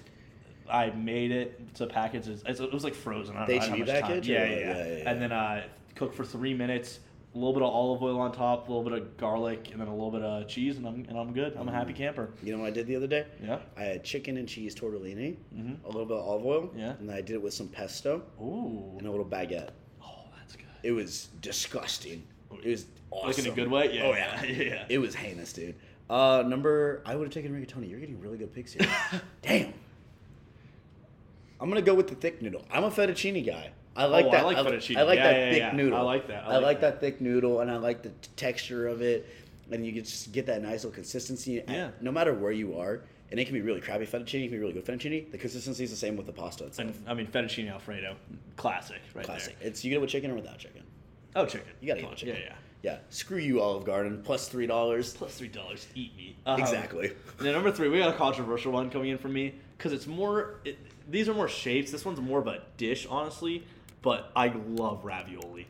Speaker 2: I made it. It's a package. It's, it's- it was like frozen. I don't
Speaker 1: The
Speaker 2: know, I don't know
Speaker 1: HB
Speaker 2: how much time.
Speaker 1: package or-
Speaker 2: Yeah yeah, yeah,
Speaker 1: yeah, yeah, yeah.
Speaker 2: And then uh, cook for three minutes. A little bit of olive oil on top, a little bit of garlic, and then a little bit of cheese, and I'm and I'm good. I'm a
Speaker 1: Mm.
Speaker 2: happy camper.
Speaker 1: You know what I did the other day?
Speaker 2: Yeah.
Speaker 1: I had chicken and cheese tortellini,
Speaker 2: Mhm.
Speaker 1: a little bit of olive oil,
Speaker 2: Yeah.
Speaker 1: and I did it with some pesto
Speaker 2: Ooh.
Speaker 1: and a little baguette.
Speaker 2: Oh, that's good.
Speaker 1: It was disgusting. It was awesome.
Speaker 2: Like in a good way? Yeah.
Speaker 1: Oh yeah,
Speaker 2: Yeah.
Speaker 1: It was heinous, dude. Uh, number I would have taken rigatoni. You're getting really good picks here. Damn. I'm gonna go with the thick noodle. I'm a fettuccine guy. I like
Speaker 2: Oh, I
Speaker 1: that.
Speaker 2: like
Speaker 1: I, li-
Speaker 2: fettuccine.
Speaker 1: I like
Speaker 2: Yeah,
Speaker 1: that
Speaker 2: yeah,
Speaker 1: thick
Speaker 2: yeah.
Speaker 1: noodle.
Speaker 2: I like that.
Speaker 1: I, like, that. thick noodle, and I like the t- texture of it, and you can just get that nice little consistency. And
Speaker 2: Yeah.
Speaker 1: No matter where you are, and it can be really crappy fettuccine. It can be really good fettuccine. The consistency is the same with the pasta. It's
Speaker 2: And I mean fettuccine alfredo, classic, right
Speaker 1: classic.
Speaker 2: there.
Speaker 1: It's you get it with chicken or without chicken.
Speaker 2: Oh, chicken.
Speaker 1: You gotta get
Speaker 2: Come on.
Speaker 1: chicken.
Speaker 2: Yeah, yeah.
Speaker 1: Yeah. Screw you, Olive Garden. Plus three dollars.
Speaker 2: Plus three dollars, eat me.
Speaker 1: Uh-huh.
Speaker 2: Um,
Speaker 1: Exactly.
Speaker 2: Now number three, we got a controversial one coming in from me because it's more. It, these are more shapes. This one's more of a dish, honestly. But I love ravioli.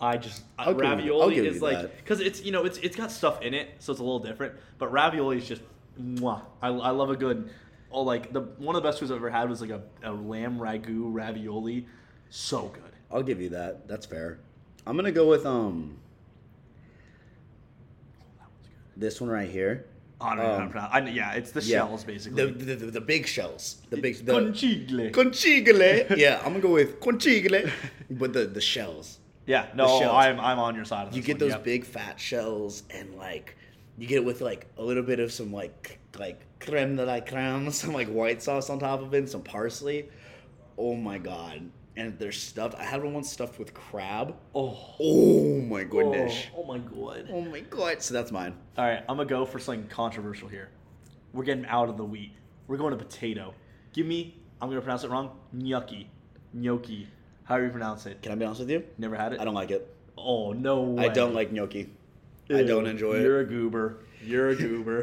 Speaker 2: I just I-
Speaker 1: I'll give you- I'll
Speaker 2: ravioli
Speaker 1: give
Speaker 2: is
Speaker 1: you
Speaker 2: like
Speaker 1: that.
Speaker 2: because it's you know it's it's got stuff in it, so it's a little different. But ravioli is just mwah. I, I love a good. Oh, like the one of the best foods I've ever had was like a, a lamb ragu ravioli, so good.
Speaker 1: I'll give you that. That's fair. I'm gonna go with um
Speaker 2: That one's good.
Speaker 1: this one right here.
Speaker 2: I don't know how to
Speaker 1: Um,
Speaker 2: pronounce. I, yeah, it's the
Speaker 1: Yeah.
Speaker 2: shells basically.
Speaker 1: The, the, the, the big shells. The big
Speaker 2: It's
Speaker 1: the,
Speaker 2: conchigle.
Speaker 1: Conchigale. yeah, I'm gonna go with conchigale. But the, the shells.
Speaker 2: yeah, no,
Speaker 1: shells.
Speaker 2: I'm I'm on your side. Of
Speaker 1: You
Speaker 2: this
Speaker 1: get
Speaker 2: one,
Speaker 1: those
Speaker 2: yep.
Speaker 1: big fat shells and like you get it with like a little bit of some like like creme de la creme, some like white sauce on top of it, and some parsley. Oh my god. and they're stuffed. I had one once stuffed with crab.
Speaker 2: Oh,
Speaker 1: Oh my goodness.
Speaker 2: Oh, oh my god.
Speaker 1: Oh my god. So that's mine.
Speaker 2: All right, I'm gonna go for something controversial here. We're getting out of the wheat. We're going to potato. Give me. I'm gonna pronounce it wrong. Gnocchi, gnocchi. How do you pronounce it?
Speaker 1: Can I be honest with you?
Speaker 2: Never had it.
Speaker 1: I don't like it.
Speaker 2: Oh no way.
Speaker 1: I don't like gnocchi. I don't enjoy it.
Speaker 2: You're a goober. You're a goober.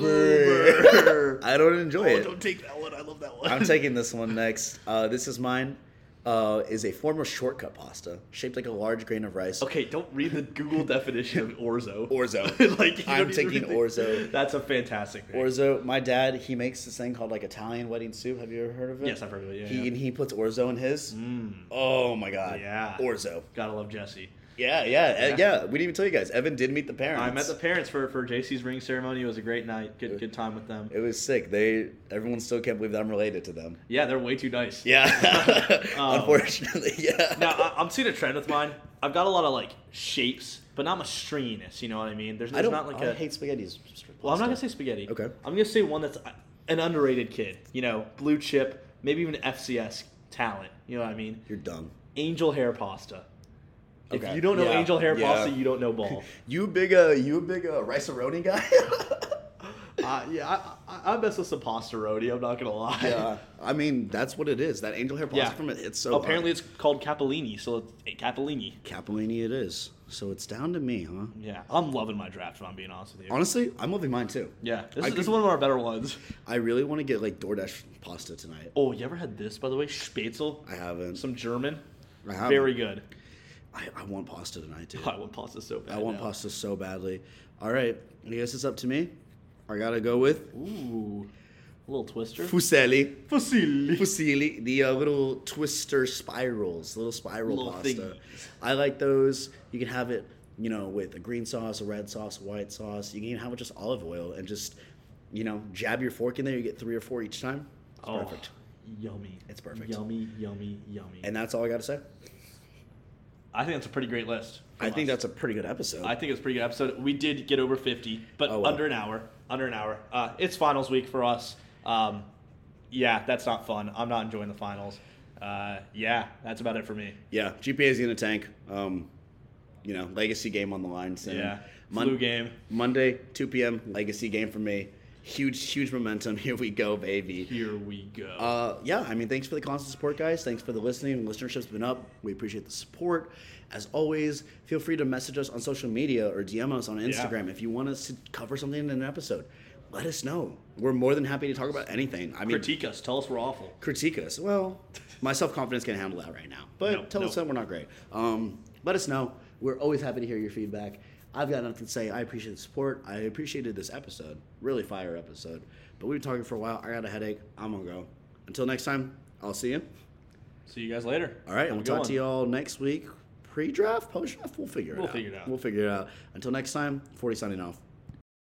Speaker 1: Goober. I don't enjoy
Speaker 2: Oh,
Speaker 1: it.
Speaker 2: don't take that one. I love that one.
Speaker 1: I'm taking this one next. Uh, this is mine. Uh, is a form of shortcut pasta shaped like a large grain of rice.
Speaker 2: Okay, don't read the Google definition of orzo.
Speaker 1: Orzo.
Speaker 2: like you don't
Speaker 1: I'm
Speaker 2: need to
Speaker 1: taking
Speaker 2: read the-
Speaker 1: orzo.
Speaker 2: That's a fantastic name.
Speaker 1: Orzo. My dad, he makes this thing called like Italian wedding soup. Have you ever heard of it?
Speaker 2: Yes, I've heard of it, yeah,
Speaker 1: He
Speaker 2: yeah.
Speaker 1: and he puts orzo in his. Oh my god.
Speaker 2: Yeah.
Speaker 1: Orzo.
Speaker 2: Gotta love Jesse.
Speaker 1: Yeah, yeah, yeah,
Speaker 2: Yeah.
Speaker 1: yeah. We didn't even tell you guys. Evan did meet the parents.
Speaker 2: I met the parents for, for JC's ring ceremony. It was a great night. Good good time with them.
Speaker 1: It was sick. They everyone still can't believe that I'm related to them.
Speaker 2: Yeah, they're way too nice.
Speaker 1: Yeah.
Speaker 2: Um,
Speaker 1: Unfortunately, yeah.
Speaker 2: Now I, I'm seeing a trend with mine. I've got a lot of like shapes, but not much stringiness. You know what I mean? There's,
Speaker 1: I
Speaker 2: there's
Speaker 1: don't
Speaker 2: not like
Speaker 1: I
Speaker 2: a.
Speaker 1: hate spaghetti's.
Speaker 2: Well, I'm not gonna say spaghetti.
Speaker 1: Okay.
Speaker 2: I'm gonna say one that's uh, an underrated kid. You know, blue chip, maybe even FCS talent. You know what I mean?
Speaker 1: You're dumb.
Speaker 2: Angel hair pasta.
Speaker 1: Okay.
Speaker 2: If you don't know
Speaker 1: Yeah.
Speaker 2: angel hair
Speaker 1: Yeah.
Speaker 2: pasta, you don't know ball.
Speaker 1: You big uh you a big uh rice aroni guy?
Speaker 2: uh, yeah, I, I, I mess with some pasta roti. I'm not gonna lie.
Speaker 1: yeah. I mean, that's what it is. That angel hair pasta
Speaker 2: Yeah.
Speaker 1: from it. It's so
Speaker 2: Apparently, it's called capellini, so it's capellini.
Speaker 1: it's Capellini it is. So it's down to me, huh?
Speaker 2: Yeah, I'm loving my draft. If I'm being honest with you.
Speaker 1: Honestly, I'm loving mine too.
Speaker 2: yeah, this
Speaker 1: I
Speaker 2: is, this
Speaker 1: could-
Speaker 2: is one of our better ones.
Speaker 1: I really want to get like DoorDash pasta tonight.
Speaker 2: Oh, you ever had this by the way? Spätzle.
Speaker 1: I haven't.
Speaker 2: Some German.
Speaker 1: I haven't.
Speaker 2: Very good.
Speaker 1: I, I want pasta tonight, dude.
Speaker 2: I want pasta so bad.
Speaker 1: I want
Speaker 2: now.
Speaker 1: pasta so badly. All right, I guess it's up to me. I gotta go with
Speaker 2: Ooh, a little twister.
Speaker 1: fusilli.
Speaker 2: Fusilli.
Speaker 1: Fusilli, the uh, little twister spirals, little spiral
Speaker 2: Little
Speaker 1: pasta.
Speaker 2: thingies.
Speaker 1: I like those. You can have it, you know, with a green sauce, a red sauce, a white sauce. You can even have it just olive oil and just, you know, jab your fork in there. You get three or four each time. It's
Speaker 2: Oh,
Speaker 1: perfect.
Speaker 2: Yummy.
Speaker 1: It's perfect.
Speaker 2: Yummy, yummy, yummy.
Speaker 1: And that's all I gotta say.
Speaker 2: I think that's a pretty great list. from
Speaker 1: I think
Speaker 2: us.
Speaker 1: that's a pretty good episode.
Speaker 2: I think it's a pretty good episode. We did get over fifty, but
Speaker 1: Oh, wow.
Speaker 2: under an hour. Under an hour. Uh, it's finals week for us. Um, yeah, that's not fun. I'm not enjoying the finals. Uh, yeah, that's about it for me.
Speaker 1: yeah, GPA is gonna tank. Um, you know, legacy game on the line soon.
Speaker 2: Yeah,
Speaker 1: Mon-
Speaker 2: flu game.
Speaker 1: Monday, 2 p.m. Legacy game for me. Huge, huge momentum. Here we go, baby.
Speaker 2: Here we go.
Speaker 1: Uh, yeah, I mean, thanks for the constant support, guys. Thanks for the listening. Listenership's been up. We appreciate the support. As always, feel free to message us on social media or DM us on Instagram if you want us to cover something in an episode. Let us know. We're more than happy to talk about anything. I mean, critique,
Speaker 2: Critique us. Tell us we're awful.
Speaker 1: us. Well, my self confidence can't handle that right now, but
Speaker 2: No,
Speaker 1: tell
Speaker 2: no.
Speaker 1: us that we're not great. Um, let us know. We're always happy to hear your feedback. I've got nothing to say. I appreciate the support. I appreciated this episode. Really fire episode. But we've been talking for a while. I got a headache. I'm going to go. Until next time, I'll see you.
Speaker 2: See you guys later.
Speaker 1: All right, and
Speaker 2: Have
Speaker 1: we'll
Speaker 2: a good
Speaker 1: talk to
Speaker 2: one.
Speaker 1: you all next week. Pre draft, post draft, we'll figure it
Speaker 2: We'll
Speaker 1: out.
Speaker 2: figure it out.
Speaker 1: We'll figure it out. Until next time, 40 signing off.